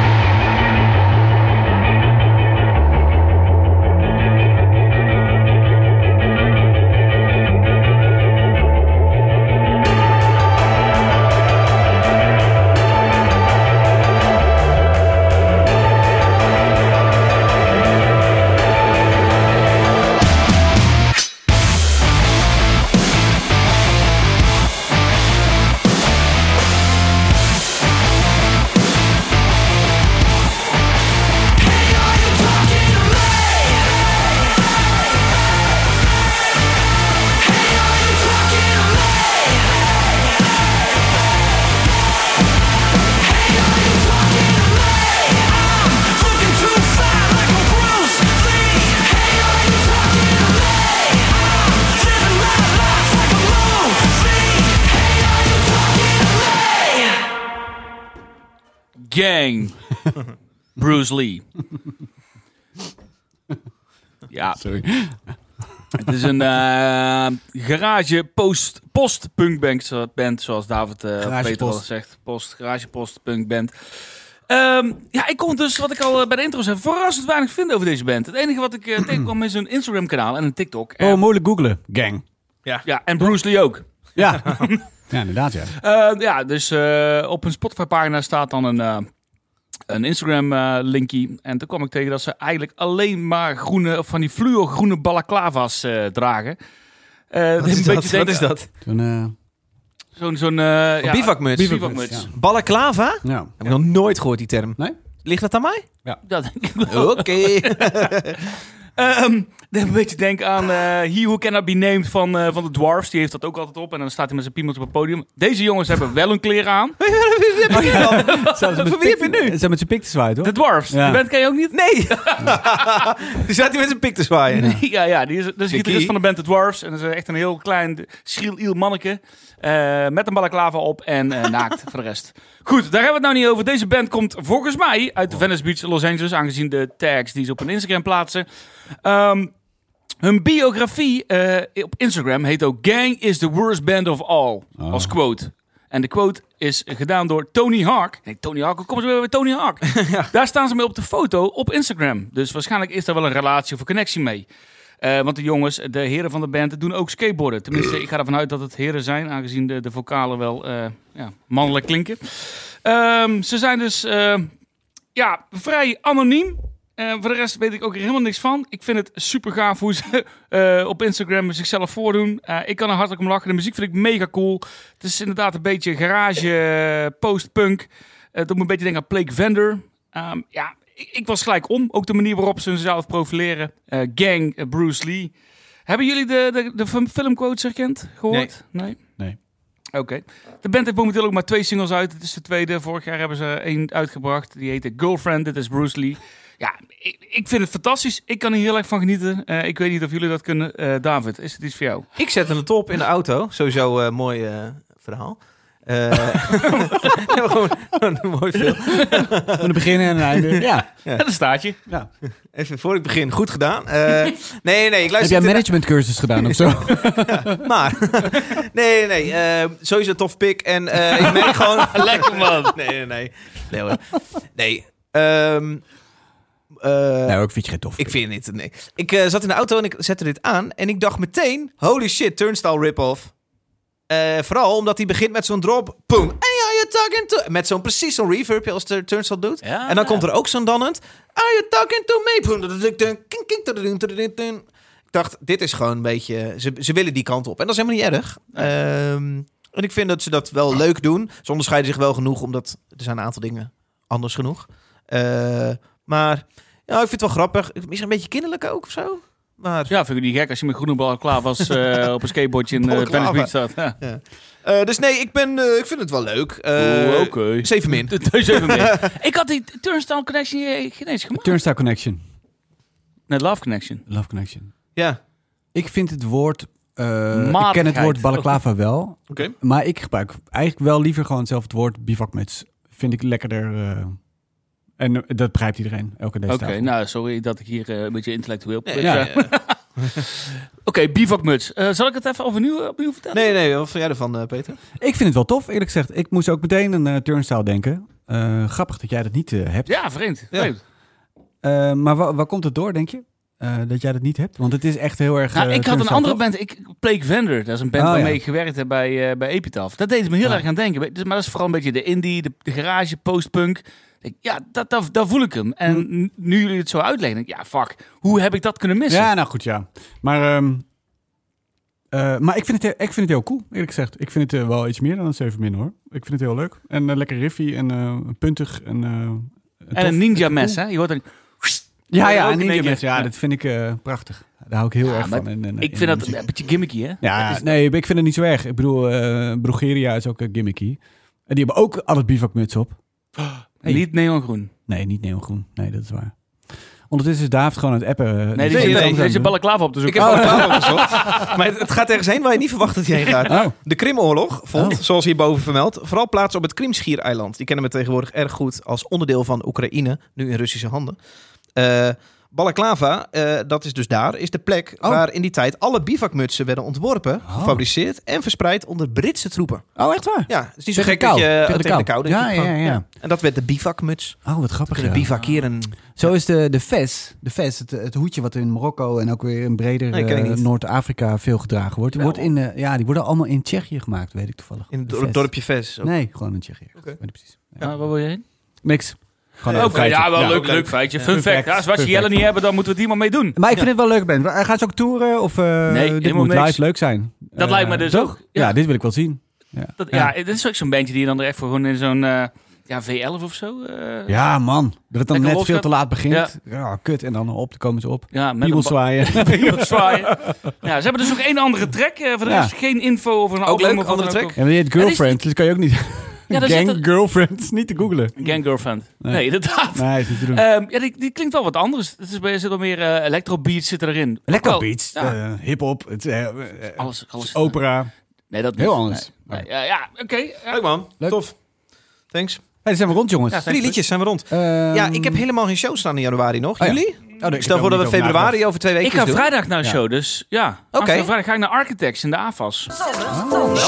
S8: Hey, are you talking to me? Hey, are you talking to me? Hey, are you talking to me? I'm looking too far like a Bruce Lee. Hey, are you talking to me? I'm living my life like a movie. Hey, are you talking to me?
S2: Gang.
S3: (laughs)
S2: Bruce Lee. ja,
S1: Sorry.
S2: het is een eh, garage post, post punk band, band, zoals David eh,
S1: Garage
S2: Peter
S1: post.
S2: al zegt. Post, garage post punk band. Ehm, ja, ik kon dus, wat ik al eh, bij de intro zei, verrassend weinig vinden over deze band. Het enige wat ik eh, (clears throat) tegenkwam is een Instagram kanaal en een TikTok. En-
S1: Oh, moeilijk googelen. Gang.
S2: ja, en Bruce Lee ook.
S1: (laughs) Ja. ja, inderdaad, ja.
S2: Eh, ja, dus eh, op hun Spotify-pagina staat dan een, eh, een Instagram-linkie. en toen kwam ik tegen dat ze eigenlijk alleen maar groene, of van die fluorgroene balaclava's eh, dragen. Eh,
S3: Wat
S2: dit
S3: is
S2: (laughs) een
S3: dat?
S2: beetje
S3: Wat
S2: denken-
S3: is dat?
S1: Toen, eh,
S2: Zo'n zo'n eh, ja,
S3: bivakmuts.
S2: bivakmuts.
S1: Bivakmuts,
S3: Balaclava? Heb
S1: eh, ja. (laughs)
S3: ik nog nooit gehoord, die term.
S1: Nee?
S3: Ligt dat aan mij?
S2: Dat denk ik wel.
S3: Oké. (laughs)
S2: Ehm, dan een beetje denk aan eh He Who Cannot Be Named van, eh, van de Dwarfs. Die heeft dat ook altijd op. En dan staat hij met zijn piemels op het podium. Deze jongens hebben wel hun kleren aan.
S1: Voor wie heb je nu? Ze zijn met zijn pik te zwaaien, toch?
S2: De Dwarfs,
S1: Ja.
S2: die band ken je ook niet?
S3: Nee. (laughs) Die zat hij met zijn pik te zwaaien.
S2: (laughs) Ja, ja, die is, dat is de gitarist
S3: Dickie.
S2: van de band The Dwarfs. En dat is echt een heel klein, schriel, iel manneke. eh, met een balaclava op en eh, naakt voor de rest. Goed, daar hebben we het nou niet over. Deze band komt volgens mij uit de Venice Beach, Los Angeles. Aangezien de tags die ze op hun Instagram plaatsen. Ehm, hun biografie eh, op Instagram heet ook Gang is the worst band of all. Als quote. En de quote is gedaan door Tony Hawk. Nee, Tony Hawk, hoe komen ze weer bij Tony Hawk? Daar staan ze mee op de foto op Instagram. Dus waarschijnlijk is daar wel een relatie of een connectie mee. Eh, want de jongens, de heren van de band, doen ook skateboarden. Tenminste, ik ga ervan uit dat het heren zijn, aangezien de, de vocalen wel eh, ja, mannelijk klinken. Ehm, ze zijn dus eh, ja, vrij anoniem. Eh, voor de rest weet ik ook er helemaal niks van. Ik vind het super gaaf hoe ze (laughs) eh, op Instagram zichzelf voordoen. Eh, ik kan er hartelijk om lachen. De muziek vind ik mega cool. Het is inderdaad een beetje garage, eh, post-punk. Eh, het doet me een beetje denken aan Blake Vander. Ehm, ja, ik, ik was gelijk om. Ook de manier waarop ze zichzelf profileren. Eh, gang, eh, Bruce Lee. Hebben jullie de, de, de film- filmquotes herkend? Gehoord? Nee.
S1: Nee.
S2: Oké. De band heeft momenteel ook maar twee singles uit. Dit is de tweede. Vorig jaar hebben ze één uitgebracht. Die heette Girlfriend. Dit is Bruce Lee. Ja, ik, ik vind het fantastisch. Ik kan er heel erg van genieten. Eh, ik weet niet of jullie dat kunnen. Eh, David, is het iets voor jou?
S3: Ik zette het op in de auto. Sowieso eh mooi eh, verhaal. Eh, (laughs) ja, gewoon, gewoon een mooi film.
S1: Van het begin en het einde.
S2: (laughs)
S1: Ja.
S2: Ja. Daar staat je.
S1: ja.
S3: Even voor ik begin. Goed gedaan. Eh, nee, nee, ik
S1: Heb
S3: luister...
S1: jij managementcursus gedaan
S2: (laughs)
S1: of zo?
S3: (laughs) Maar... nee, nee, nee. eh, sowieso tof pik. En eh, ik merk gewoon...
S2: (laughs) Lekker man.
S3: (laughs) Nee, nee, nee. Nee, hoor. Nee. Ehm, eh,
S1: Nee, ook vind je geen tof.
S3: Ik vind het... Nee. Ik eh, zat in de auto en ik zette dit aan. En ik dacht meteen... Holy shit, Turnstile rip-off. Eh, vooral omdat hij begint met zo'n drop. Boom. Hey, are you talking to... Met zo'n precies zo'n reverbje als de Turnstile doet.
S2: Ja.
S3: En dan komt er ook zo'n dannend. Are you talking to me? Boom, dududuk, dun, kink, kink, dududun, dududun, dun. Ik dacht, dit is gewoon een beetje... Ze, ze willen die kant op. En dat is helemaal niet erg. Ehm, en ik vind dat ze dat wel leuk doen. Ze onderscheiden zich wel genoeg, omdat er zijn een aantal dingen anders genoeg. Eh, maar ja, ik vind het wel grappig. Misschien een beetje kinderlijk ook of zo. Maar
S2: (laughs) Ja, vind ik niet gek als je met groene bal klaar was eh, op een skateboardje in eh,
S3: Balaclava.
S2: Venice Beach staat. Ja.
S3: Eh, dus nee, ik, ben, eh, ik vind het wel leuk. Eh,
S2: Oeh, (laughs) oké.
S3: Zeven min.
S2: Dus even meer. (laughs) Ik had die Turnstile Connection eh, geen eens gemaakt.
S1: Turnstile Connection.
S2: Net Love Connection.
S1: Love Connection.
S3: Ja.
S1: Ik vind het woord... eh, ik ken het
S2: Matigheid.
S1: woord
S2: (laughs)
S1: balaclava wel.
S3: Oké.
S1: Maar ik gebruik eigenlijk wel liever gewoon zelf het woord bivakmuts. Vind ik lekkerder. eh, en eh, dat begrijpt iedereen. Elke deze
S2: Oké,
S1: tafel.
S2: nou sorry dat ik hier eh, een beetje intellectueel probeer te
S3: ja.
S1: eh,
S2: zijn.
S1: (laughs)
S2: Oké, bivakmuts. Eh, zal ik het even opnieuw, opnieuw vertellen?
S3: Nee, nee, wat vind jij ervan, eh, Peter?
S1: Ik vind het wel tof, eerlijk gezegd. Ik moest ook meteen aan eh turnstile denken. Eh, grappig dat jij dat niet eh, hebt.
S2: Ja, vreemd.
S3: Ja.
S2: vreemd.
S1: Eh, maar wa- waar komt het door, denk je? Eh, dat jij dat niet hebt? Want het is echt heel erg...
S2: Nou,
S1: eh,
S2: ik had een
S1: turnstile
S2: andere
S1: tof.
S2: band, ik, Plague Vendor. Dat is een band
S1: Oh, ja.
S2: waarmee ik gewerkt heb bij, eh, bij Epitaph. Dat deed me heel erg aan denken. Maar dat is vooral een beetje de indie, de, de garage, postpunk. Ik- Ja, dat, dat, daar voel ik hem. En nu jullie het zo uitleggen, denk ik, ja, fuck. Hoe heb ik dat kunnen missen?
S1: Ja, nou goed, ja. Maar, ehm, eh, maar ik, vind het, heel- ik vind het heel cool, eerlijk gezegd. Ik vind het eh, wel iets meer dan een 7 min, hoor. Ik vind het heel leuk. En eh, lekker riffy en eh, puntig en... eh,
S2: en
S1: tof.
S2: een ninja mes, hè? Je hoort een...
S1: Ja, ja, een
S2: Ook in
S1: ninja
S2: één keer.
S1: mes. Ja, dat vind ik eh, prachtig. Daar hou ik heel
S2: Ja,
S1: erg
S2: maar
S1: van. En, en-
S2: Ik
S1: en
S2: vind dat
S1: muziek.
S2: een beetje gimmicky, hè?
S1: Ja,
S2: Dat is-
S1: nee, ik vind het niet zo erg. Ik bedoel, eh Brugeria is ook een gimmicky. En die hebben ook altijd bivakmuts op.
S2: Niet neongroen.
S1: Nee, niet neongroen. Nee, dat is waar. Ondertussen is David gewoon aan het appen. eh,
S2: Nee,
S1: dus
S2: die
S1: ik ben
S2: zit nee,
S1: het
S2: nee,
S1: anders aan het
S2: ballenklaven op te
S3: Ik
S2: zoeken. Ah,
S3: heb al
S1: (laughs)
S3: een opgezocht. Maar het, het gaat ergens heen waar je niet verwacht dat je heen gaat.
S1: doen. Oh,
S3: De Krimoorlog vond,
S1: Oh.
S3: zoals hierboven vermeld, vooral plaats op het Krimschiereiland. Die kennen we tegenwoordig erg goed als onderdeel van Oekraïne, nu in Russische handen. Eh Balaklava, eh, dat is dus daar, is de plek
S1: Oh.
S3: waar in die tijd alle bivakmutsen werden ontworpen,
S1: Oh.
S3: gefabriceerd en verspreid onder Britse troepen.
S1: oh, echt waar?
S3: Ja, het is niet zo
S1: Tegen
S3: gek
S1: de
S3: dat
S1: kou.
S3: je eh,
S1: Tegen de
S3: tegen de kou
S1: kou.
S3: denkt.
S1: Ja,
S3: je gewoon.
S1: ja, ja.
S3: En dat werd de bivakmuts.
S1: Oh, wat grappig.
S3: Kunnen
S1: ja.
S3: bivakeren.
S1: Zo is de, de fes, de fes het, het hoedje wat in Marokko en ook weer in breder
S3: Nee, ken ik
S1: eh,
S3: niet.
S1: Noord-Afrika veel gedragen wordt.
S3: Wel.
S1: Wordt in, eh, ja, die worden allemaal in Tsjechië gemaakt, weet ik toevallig.
S3: In het
S1: De
S3: dor-
S1: fes.
S3: dorpje Ves. ook.
S1: Nee, gewoon in Tsjechië. Ik weet niet precies.
S2: Ja, waar wil je heen?
S1: Niks. Gewoon
S2: Oké,
S1: een feitje.
S2: ja, wel
S1: Ja.
S2: leuk, leuk feitje. Fun
S1: fact.
S2: fact. Ja, als we
S1: Fun
S2: Jelle
S1: fact.
S2: niet hebben, dan moeten we het hier maar mee doen.
S1: Maar ik vind het wel leuk, Ben. Gaan ze ook toeren? Of eh
S2: Nee,
S1: dit
S2: helemaal
S1: moet
S2: niks.
S1: live leuk zijn.
S2: Dat
S1: Eh,
S2: lijkt me dus
S1: toch?
S2: ook.
S1: Ja.
S2: Ja.
S1: dit wil ik wel zien. Ja,
S2: Dat, ja.
S1: ja.
S2: dit is ook zo'n bandje die je dan er echt voor gewoon in zo'n eh, ja, V11 of zo. eh, ja.
S1: Ja, man. Dat het dan
S2: Lekker
S1: net
S2: los
S1: veel
S2: gaat.
S1: te laat begint. Ja. kut. En dan op, dan komen ze op.
S2: met
S1: Piemel
S2: een ba- (laughs)
S1: zwaaien.
S2: piemel
S1: (laughs)
S2: zwaaien. Ja, ze hebben dus ook één andere track. eh, voor de
S1: Ja.
S2: rest geen info over een
S3: Ook
S2: album
S3: leuk,
S2: of wat dan
S3: andere
S2: ook.
S1: En die heet Girlfriend, dus kan je ook niet...
S2: Ja, daar zit
S1: Gang
S2: een-
S1: Girlfriend, is niet te googlen.
S2: Gang Girlfriend. Nee,
S1: Nee.
S2: inderdaad.
S1: Nee, is niet te doen.
S2: Ehm, ja, die, die klinkt wel wat anders. Het is, er zit wel meer eh electrobeats zit erin.
S1: Lekker
S2: Ook wel-
S1: beats,
S2: Oh, ja.
S1: eh, hip-hop, het, eh, eh, eh,
S2: Alles, alles zit
S1: opera.
S2: erin. Nee, dat
S1: Heel
S2: niet.
S1: anders.
S2: Dus- Nee, nee, ja, ja oké. ja.
S3: Leuk man.
S1: Leuk.
S3: Tof. Thanks.
S1: Hey, dan zijn we rond, jongens.
S2: Ja,
S3: Drie liedjes zijn we rond.
S1: Ehm,
S3: Ja, ik heb helemaal geen show staan in januari nog.
S1: Oh ja.
S3: Jullie?
S1: oh, nee, ik
S3: Ik stel
S1: heb
S3: voor dat we
S1: er niet over nagedacht.
S3: februari over twee weken
S2: Ik ga
S3: doen.
S2: vrijdag naar een
S1: Ja.
S2: show, dus ja.
S3: Oké.
S2: Afgelopen Vrijdag ga ik naar Architects in de AFAS.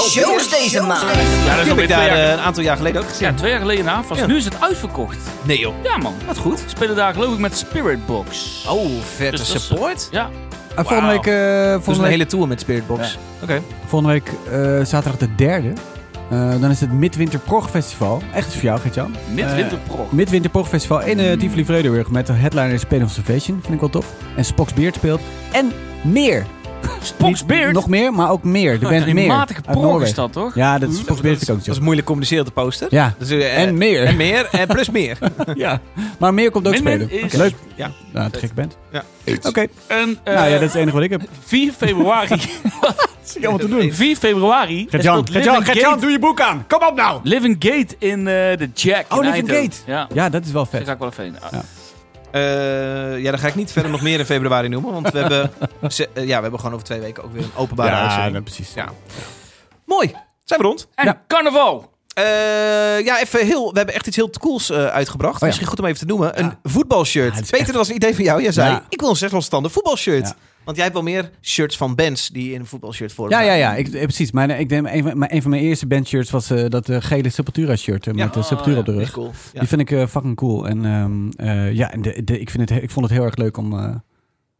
S5: Shows deze maand.
S2: Ja, dat is
S3: Die heb
S2: alweer
S3: ik
S2: twee
S3: daar
S2: jaar,
S3: eh, een aantal jaar geleden ook gezien.
S2: ja, twee jaar geleden in de AFAS.
S3: Ja.
S2: Nu is het uitverkocht.
S3: Nee joh.
S2: Ja man.
S3: Wat goed.
S2: spelen daar geloof ik met Spirit Box.
S3: Oh, vette
S2: Dus dat is-
S3: support.
S2: Ja,
S1: Eh, volgende
S2: Wauw.
S1: week, eh,
S3: Dus
S1: volgende
S3: een
S1: week,
S3: hele tour met Spiritbox.
S2: Ja.
S3: Oké.
S1: volgende week eh, zaterdag de derde. Eh, dan is het Midwinter Prog Festival. Echt iets voor jou, Gert-Jan.
S2: Eh, midwinterprog.
S1: Midwinter Prog Festival in eh Tivoli Vredenburg met de headliner Pain of Salvation. Vind ik wel tof. En Spox Beard speelt. En meer.
S2: Spox
S1: Niet-
S2: Beard.
S1: Eh,
S2: Oh, Nou,
S1: Nog meer, maar ook meer. De band
S2: een
S1: meer.
S2: matige
S1: uit
S2: prog is
S1: Noorwegen.
S2: dat Hm. toch?
S1: Ja, dat is Spox Beard vind ik ook
S3: Dat
S1: zo.
S3: is moeilijk communiceren op de poster.
S1: Ja.
S3: Dus, eh,
S1: En meer.
S3: En meer. En plus
S1: (laughs)
S3: meer.
S1: ja. Maar meer komt ook
S2: Min Min
S1: spelen.
S2: is-
S1: Leuk.
S3: Ja.
S1: Nou, te gek bent.
S3: Ja.
S1: Oké.
S2: En eh,
S1: nou ja, dat is het enige wat ik heb.
S2: 4 februari.
S1: (laughs) Wat te doen.
S2: 4 februari. daar
S1: Gert-Jan,
S2: speelt
S1: Gert-Jan,
S2: Living
S1: Gert-Jan,
S2: Gate-
S1: doe je boek aan. Kom op nou.
S2: Living Gate in eh, de Jack.
S1: Oh,
S2: in
S1: Living
S2: Eindhoven.
S1: Gate.
S2: Ja.
S1: Ja, dat is wel
S2: Daar
S1: vet.
S2: ga ik wel even heen. Ja.
S3: (laughs) Eh, ja, dan ga ik niet verder nog meer in februari noemen. Want we
S1: (laughs)
S3: hebben, ze- eh, ja, we hebben gewoon over twee weken ook weer een openbare
S1: Ja,
S3: uitzending.
S1: dat precies.
S3: Ja. Mooi. Zijn we rond?
S2: En
S1: Ja.
S2: carnaval.
S3: Eh, ja, even heel, we hebben echt iets heel cools eh, uitgebracht.
S1: Oh ja.
S3: Misschien goed om even te noemen.
S1: Ja.
S3: Een voetbalshirt.
S1: Ja, het is
S3: Peter, dat was een idee van jou. Jij zei,
S1: Ja.
S3: ik wil een zeslosstanden voetbalshirt.
S1: Ja.
S3: Want jij hebt wel meer shirts van bands die in een voetbalshirt vormen.
S1: Ja, ja, ja. Ik, eh, precies. Mijn, eh, ik denk, een, van, mijn, een van mijn eerste bandshirts was eh, dat eh, gele Sepultura-shirt. eh,
S3: Ja.
S1: Met de Sepultura op de
S3: Die
S1: rug.
S3: is cool. Ja.
S1: Die vind ik eh, fucking cool. En ehm, eh, ja, en de, de, ik, vind het, he- ik vond het heel erg leuk om, eh,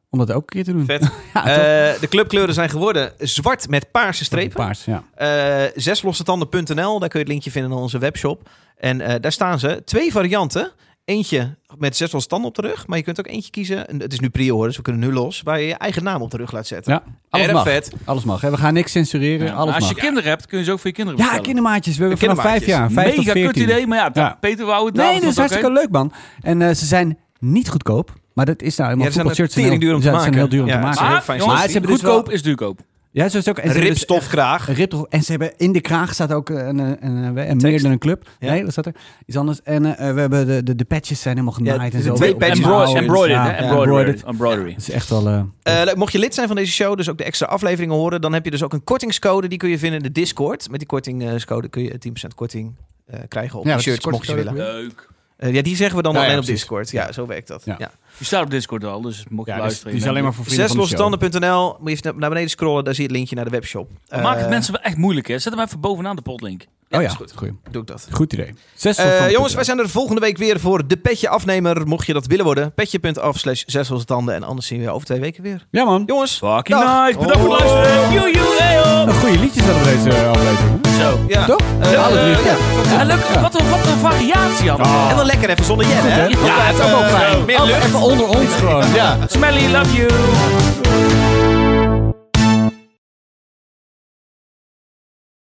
S1: om dat ook een keer te doen.
S3: Vet.
S1: (laughs) ja, toch?
S3: Eh, de clubkleuren zijn geworden zwart met paarse strepen.
S1: Paars, ja.
S3: Eh zeslossetanden.nl, daar kun je het linkje vinden naar onze webshop. En eh, daar staan ze. Twee varianten. Eentje met zes losse tanden op de rug. Maar je kunt ook eentje kiezen. en Het is nu pre dus we kunnen nu los. Waar je je eigen naam op de rug laat zetten.
S1: ja. Alles
S3: Erg
S1: mag.
S3: vet.
S1: Alles mag. Hè. We gaan niks censureren.
S2: Ja,
S1: Alles
S2: als je
S1: mag.
S2: kinderen hebt, kun je ze ook voor je kinderen
S1: Ja,
S2: bestellen.
S1: kindermaatjes. We hebben vanaf vijf
S3: Kindermaatjes.
S1: jaar. Vijf tot
S2: Mega kut
S1: veertien.
S2: idee, maar ja,
S1: Ja.
S2: Peter wou het dus
S1: Nee,
S2: daarom
S1: dat is
S2: vond ik
S1: hartstikke
S2: ook
S1: leuk, man. En eh, ze zijn niet goedkoop. Maar dat is nou helemaal
S3: Ja, ze zijn
S1: voetbalshirts.
S3: tering duur om te
S1: Ze zijn
S3: maken.
S1: heel duur om
S3: Ja, Ah!
S1: te
S3: ze
S1: maken.
S2: oké.
S3: zijn heel
S2: Maar,
S3: fijn.
S2: jongens,
S1: Maar ze hebben dus
S2: goedkoop
S1: wel-
S2: is duurkoop.
S1: Ja, zo is het ook. En ze hebben dus
S3: Ripstofkraag.
S1: Een riptof. En ze hebben in de kraag staat ook eh, een, een, een, een- meer dan een club.
S3: Ja.
S1: Nee, dat staat er. Iets anders. En eh, we hebben de, de, de patches zijn helemaal
S3: Ja,
S1: genaaid
S3: de
S1: en zo.
S3: twee
S1: Op de
S3: patches.
S1: mouwen.
S2: Embroidered, embroidered, hè?
S1: Ja, ja,
S2: Embroidered.
S1: embroidered.
S2: Embroidery.
S1: Dat is echt wel... eh,
S3: Eh, leuk. mocht je lid zijn van deze show, dus ook de extra afleveringen horen, dan heb je dus ook een kortingscode. Die kun je vinden in de Discord. Met die kortingscode kun je 10% korting eh, krijgen op
S1: Ja,
S3: je
S1: wat is
S3: shirts,
S1: de
S3: mocht je ze
S1: kortingscode
S3: willen.
S1: ook
S2: Leuk.
S3: Eh, ja, die zeggen we dan
S1: Ja, ja,
S3: alleen op
S1: precies.
S3: Discord. Ja, zo werkt dat.
S1: Ja.
S3: Ja.
S2: Je staat op Discord al, dus mocht je
S1: ja, dus
S2: luisteren.
S1: die is alleen maar voor vrienden van de show.
S3: Zeslosstanden.nl. Moet je even naar beneden scrollen, daar zie je het linkje naar de webshop. Eh,
S2: Maak het mensen wel echt moeilijk, hè? Zet hem even bovenaan de potlink.
S1: Oh ja,
S3: is goed.
S1: Goeie.
S3: Doe ik dat.
S1: goed idee. Zes
S3: Eh,
S1: van-
S3: jongens, wij zijn er volgende week weer voor de Petje Afnemer. Mocht je dat willen worden, petje.af slash Zeslosstanden. En anders zien we je over twee weken weer.
S1: Ja man,
S3: Jongens,
S2: Fucking
S3: dag.
S2: nice. Bedankt voor het luisteren. Joe, joe, hey, ho.
S1: Een goede liedjes hadden we deze eh, aflevering.
S2: Zo.
S3: Ja.
S1: Toch?
S3: Eh,
S1: Ja, alle drie.
S3: eh,
S1: Ja. Oh,
S2: Ja, leuk. Wat een, wat een variatie allemaal.
S3: En wel lekker even zonder Jelle, hè? eh,
S2: Ja, het is ook wel Oh, fijn.
S3: Meer
S1: Allemaal
S3: lucht.
S1: Even onder ons gewoon, ja.
S2: Smelly, love you.